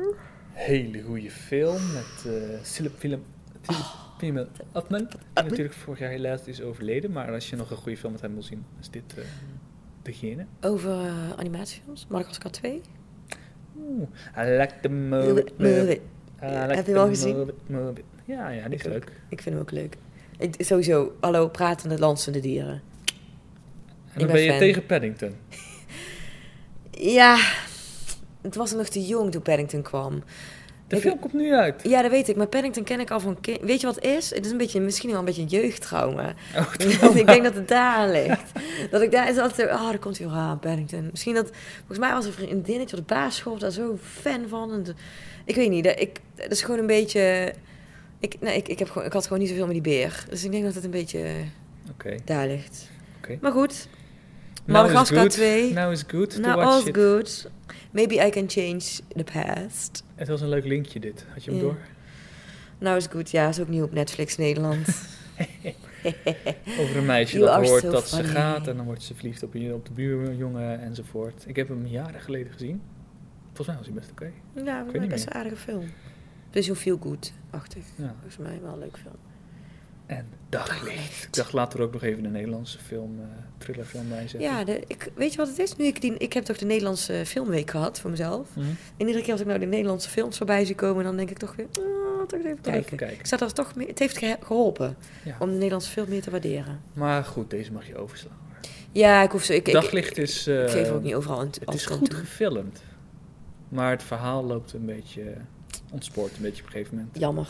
[SPEAKER 4] Hele goede film met eh Philip Philip Philip Philip Atman. Die
[SPEAKER 5] Oh. Atman.
[SPEAKER 4] natuurlijk vorig jaar helaas is overleden. Maar als je nog een goede film met hem wil zien, is dit eh, degene.
[SPEAKER 5] Over eh, animatiefilms. Madagascar 2.
[SPEAKER 4] Oeh, I like the
[SPEAKER 5] Move
[SPEAKER 4] movie.
[SPEAKER 5] it, move it. Heb je hem al gezien?
[SPEAKER 4] Ja, ja, die is
[SPEAKER 5] Ik ook.
[SPEAKER 4] leuk.
[SPEAKER 5] Ik vind hem ook leuk. Ik, sowieso, hallo, pratende, lansende dieren.
[SPEAKER 4] En dan
[SPEAKER 5] ben
[SPEAKER 4] ben je
[SPEAKER 5] fan.
[SPEAKER 4] tegen Paddington.
[SPEAKER 5] Ja, het was nog te jong toen Paddington kwam.
[SPEAKER 4] De
[SPEAKER 5] Ik-
[SPEAKER 4] film komt nu uit.
[SPEAKER 5] Ja, dat weet ik. Maar Paddington ken ik al van kind. Weet je wat het is? Het is een beetje, misschien wel een beetje een jeugdtrauma.
[SPEAKER 4] Oh,
[SPEAKER 5] ik denk dat het daar aan ligt. Dat ik daar is altijd zo, ah, daar komt hij weer aan, Paddington. Misschien dat, volgens mij was een vriendinnetje op de basisschool daar zo fan van. En, ik weet niet, dat, ik, dat is gewoon een beetje... Ik, nee, ik, ik, heb gewoon, ik had gewoon niet zoveel met die beer. Dus ik denk dat het een beetje
[SPEAKER 4] Oké.
[SPEAKER 5] daar ligt.
[SPEAKER 4] Oké.
[SPEAKER 5] Maar goed,
[SPEAKER 4] Now is
[SPEAKER 5] Madagascar
[SPEAKER 4] good.
[SPEAKER 5] 2.
[SPEAKER 4] Now is good to
[SPEAKER 5] now
[SPEAKER 4] watch
[SPEAKER 5] all's
[SPEAKER 4] it.
[SPEAKER 5] good. Maybe I can change the past.
[SPEAKER 4] Het was een leuk linkje dit. Had je hem
[SPEAKER 5] Ja.
[SPEAKER 4] door?
[SPEAKER 5] Now is good, ja, is ook nieuw op Netflix Nederland.
[SPEAKER 4] Over een meisje
[SPEAKER 5] You
[SPEAKER 4] dat
[SPEAKER 5] are
[SPEAKER 4] hoort
[SPEAKER 5] so
[SPEAKER 4] dat
[SPEAKER 5] funny.
[SPEAKER 4] ze gaat en dan wordt ze verliefd op, een- op de buurjongen enzovoort. Ik heb hem jaren geleden gezien. Volgens mij was hij best oké.
[SPEAKER 5] Ja,
[SPEAKER 4] weet
[SPEAKER 5] maar
[SPEAKER 4] niet
[SPEAKER 5] best
[SPEAKER 4] meer.
[SPEAKER 5] een aardige film. Dus een feel good-achtig.
[SPEAKER 4] Ja.
[SPEAKER 5] Volgens mij wel een leuk film.
[SPEAKER 4] En daglicht. Ik dacht later ook nog even een Nederlandse film, eh thrillerfilm bijzetten.
[SPEAKER 5] Ja, de, ik, weet je wat het is? Nu ik, die, ik heb toch de Nederlandse filmweek gehad voor mezelf.
[SPEAKER 4] Mhm.
[SPEAKER 5] En iedere keer als ik nou de Nederlandse films voorbij zie komen, dan denk ik toch weer, ah, toch even
[SPEAKER 4] Toch even
[SPEAKER 5] kijken.
[SPEAKER 4] kijken.
[SPEAKER 5] Ik zat er toch mee, het heeft gehe- geholpen
[SPEAKER 4] Ja.
[SPEAKER 5] om de Nederlandse film meer te waarderen.
[SPEAKER 4] Maar goed, deze mag je overslaan.
[SPEAKER 5] Ja, ik hoef zo. Ik, ik-
[SPEAKER 4] daglicht is... eh,
[SPEAKER 5] ik geef er ook niet overal aan toe-
[SPEAKER 4] het is
[SPEAKER 5] aan
[SPEAKER 4] goed
[SPEAKER 5] toe.
[SPEAKER 4] gefilmd. Maar het verhaal loopt een beetje... eh, ontspoort een beetje op een gegeven moment.
[SPEAKER 5] Jammer.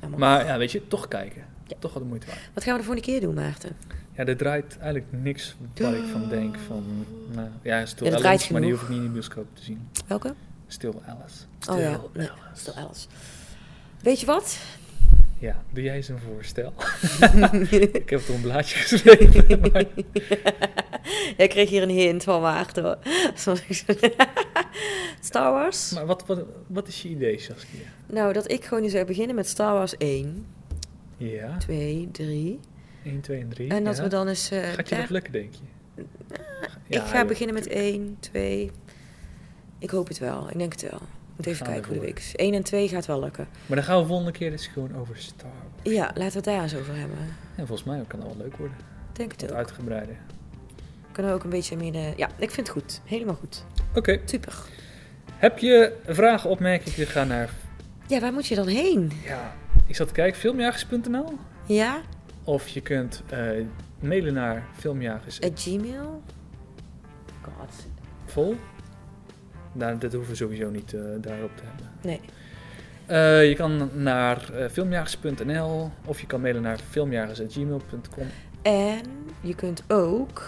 [SPEAKER 5] Jammer.
[SPEAKER 4] Maar ja, weet je, toch kijken. Toch wel de moeite waard.
[SPEAKER 5] Wat gaan we de volgende keer doen, Maarten?
[SPEAKER 4] Ja, er draait eigenlijk niks waar ik van denk. Van, nou, ja, Stil
[SPEAKER 5] Ja, er draait
[SPEAKER 4] Alice, maar die
[SPEAKER 5] genoeg.
[SPEAKER 4] hoef ik niet in de bioscoop te zien.
[SPEAKER 5] Welke?
[SPEAKER 4] Stil Alice.
[SPEAKER 5] Oh ja, nee, Stil Alice. Weet je wat?
[SPEAKER 4] Ja, doe jij eens een voorstel? ik heb het op een blaadje geschreven. maar-
[SPEAKER 5] Jij kreeg hier een hint van Maarten. hoor. Zoals ik zei. Star Wars?
[SPEAKER 4] Maar wat, wat, wat is je idee, Saskia?
[SPEAKER 5] Nou, dat ik gewoon nu zou beginnen met Star Wars 1,
[SPEAKER 4] Ja,
[SPEAKER 5] 2, 3.
[SPEAKER 4] 1, 2 en 3.
[SPEAKER 5] En dat we dan eens... eh,
[SPEAKER 4] Gaat je
[SPEAKER 5] daar-
[SPEAKER 4] dat lukken, denk je?
[SPEAKER 5] ik ga beginnen met 1, 2. Ik hoop het wel. Ik denk het wel. Ik moet even
[SPEAKER 4] gaan
[SPEAKER 5] kijken hoe de
[SPEAKER 4] ervoor.
[SPEAKER 5] week is. 1 en 2 gaat wel lukken.
[SPEAKER 4] Maar dan gaan we volgende keer eens gewoon over Star Wars.
[SPEAKER 5] Ja, laten we het daar eens over hebben.
[SPEAKER 4] En volgens mij kan dat wel leuk worden.
[SPEAKER 5] Ik Denk het
[SPEAKER 4] Wat
[SPEAKER 5] ook.
[SPEAKER 4] uitgebreider.
[SPEAKER 5] Kunnen we ook een beetje meer... De... Ja, ik vind het goed. Helemaal goed.
[SPEAKER 4] Oké.
[SPEAKER 5] Super.
[SPEAKER 4] Heb je vragen, opmerkingen? Ga naar...
[SPEAKER 5] Ja, waar moet je dan heen?
[SPEAKER 4] Ja, ik zat te kijken. Filmjagers.nl
[SPEAKER 5] Ja?
[SPEAKER 4] Of je kunt eh, mailen naar filmjagers
[SPEAKER 5] At Gmail? God.
[SPEAKER 4] vol. Nou, dat hoeven we sowieso niet eh, daarop te hebben.
[SPEAKER 5] Nee.
[SPEAKER 4] Eh, je kan naar eh, filmjagers.nl of je kan mailen naar filmjagers.gmail.com.
[SPEAKER 5] En je kunt ook...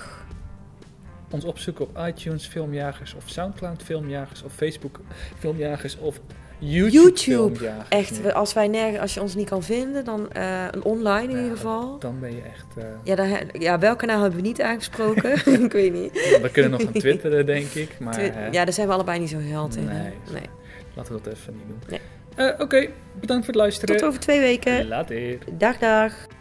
[SPEAKER 4] Ons opzoeken op iTunes Filmjagers of Soundcloud Filmjagers of Facebook Filmjagers of YouTube,
[SPEAKER 5] YouTube.
[SPEAKER 4] Filmjagers.
[SPEAKER 5] Echt,
[SPEAKER 4] Nee,
[SPEAKER 5] we- als, wij nergens, als je ons niet kan vinden, dan eh, een online in
[SPEAKER 4] Ja,
[SPEAKER 5] ieder geval.
[SPEAKER 4] Dan ben je echt... eh,
[SPEAKER 5] Ja, dan, he- ja, welk kanaal hebben we niet aangesproken? ik weet niet.
[SPEAKER 4] we kunnen nog gaan twitteren, denk ik. Maar
[SPEAKER 5] Twi-
[SPEAKER 4] eh,
[SPEAKER 5] ja, daar zijn we allebei niet zo geld in. hè?
[SPEAKER 4] Nee.
[SPEAKER 5] nee.
[SPEAKER 4] laten we dat even niet doen.
[SPEAKER 5] Nee.
[SPEAKER 4] Eh, Oké, bedankt voor het luisteren.
[SPEAKER 5] Tot over twee weken.
[SPEAKER 4] Later.
[SPEAKER 5] Dag, dag.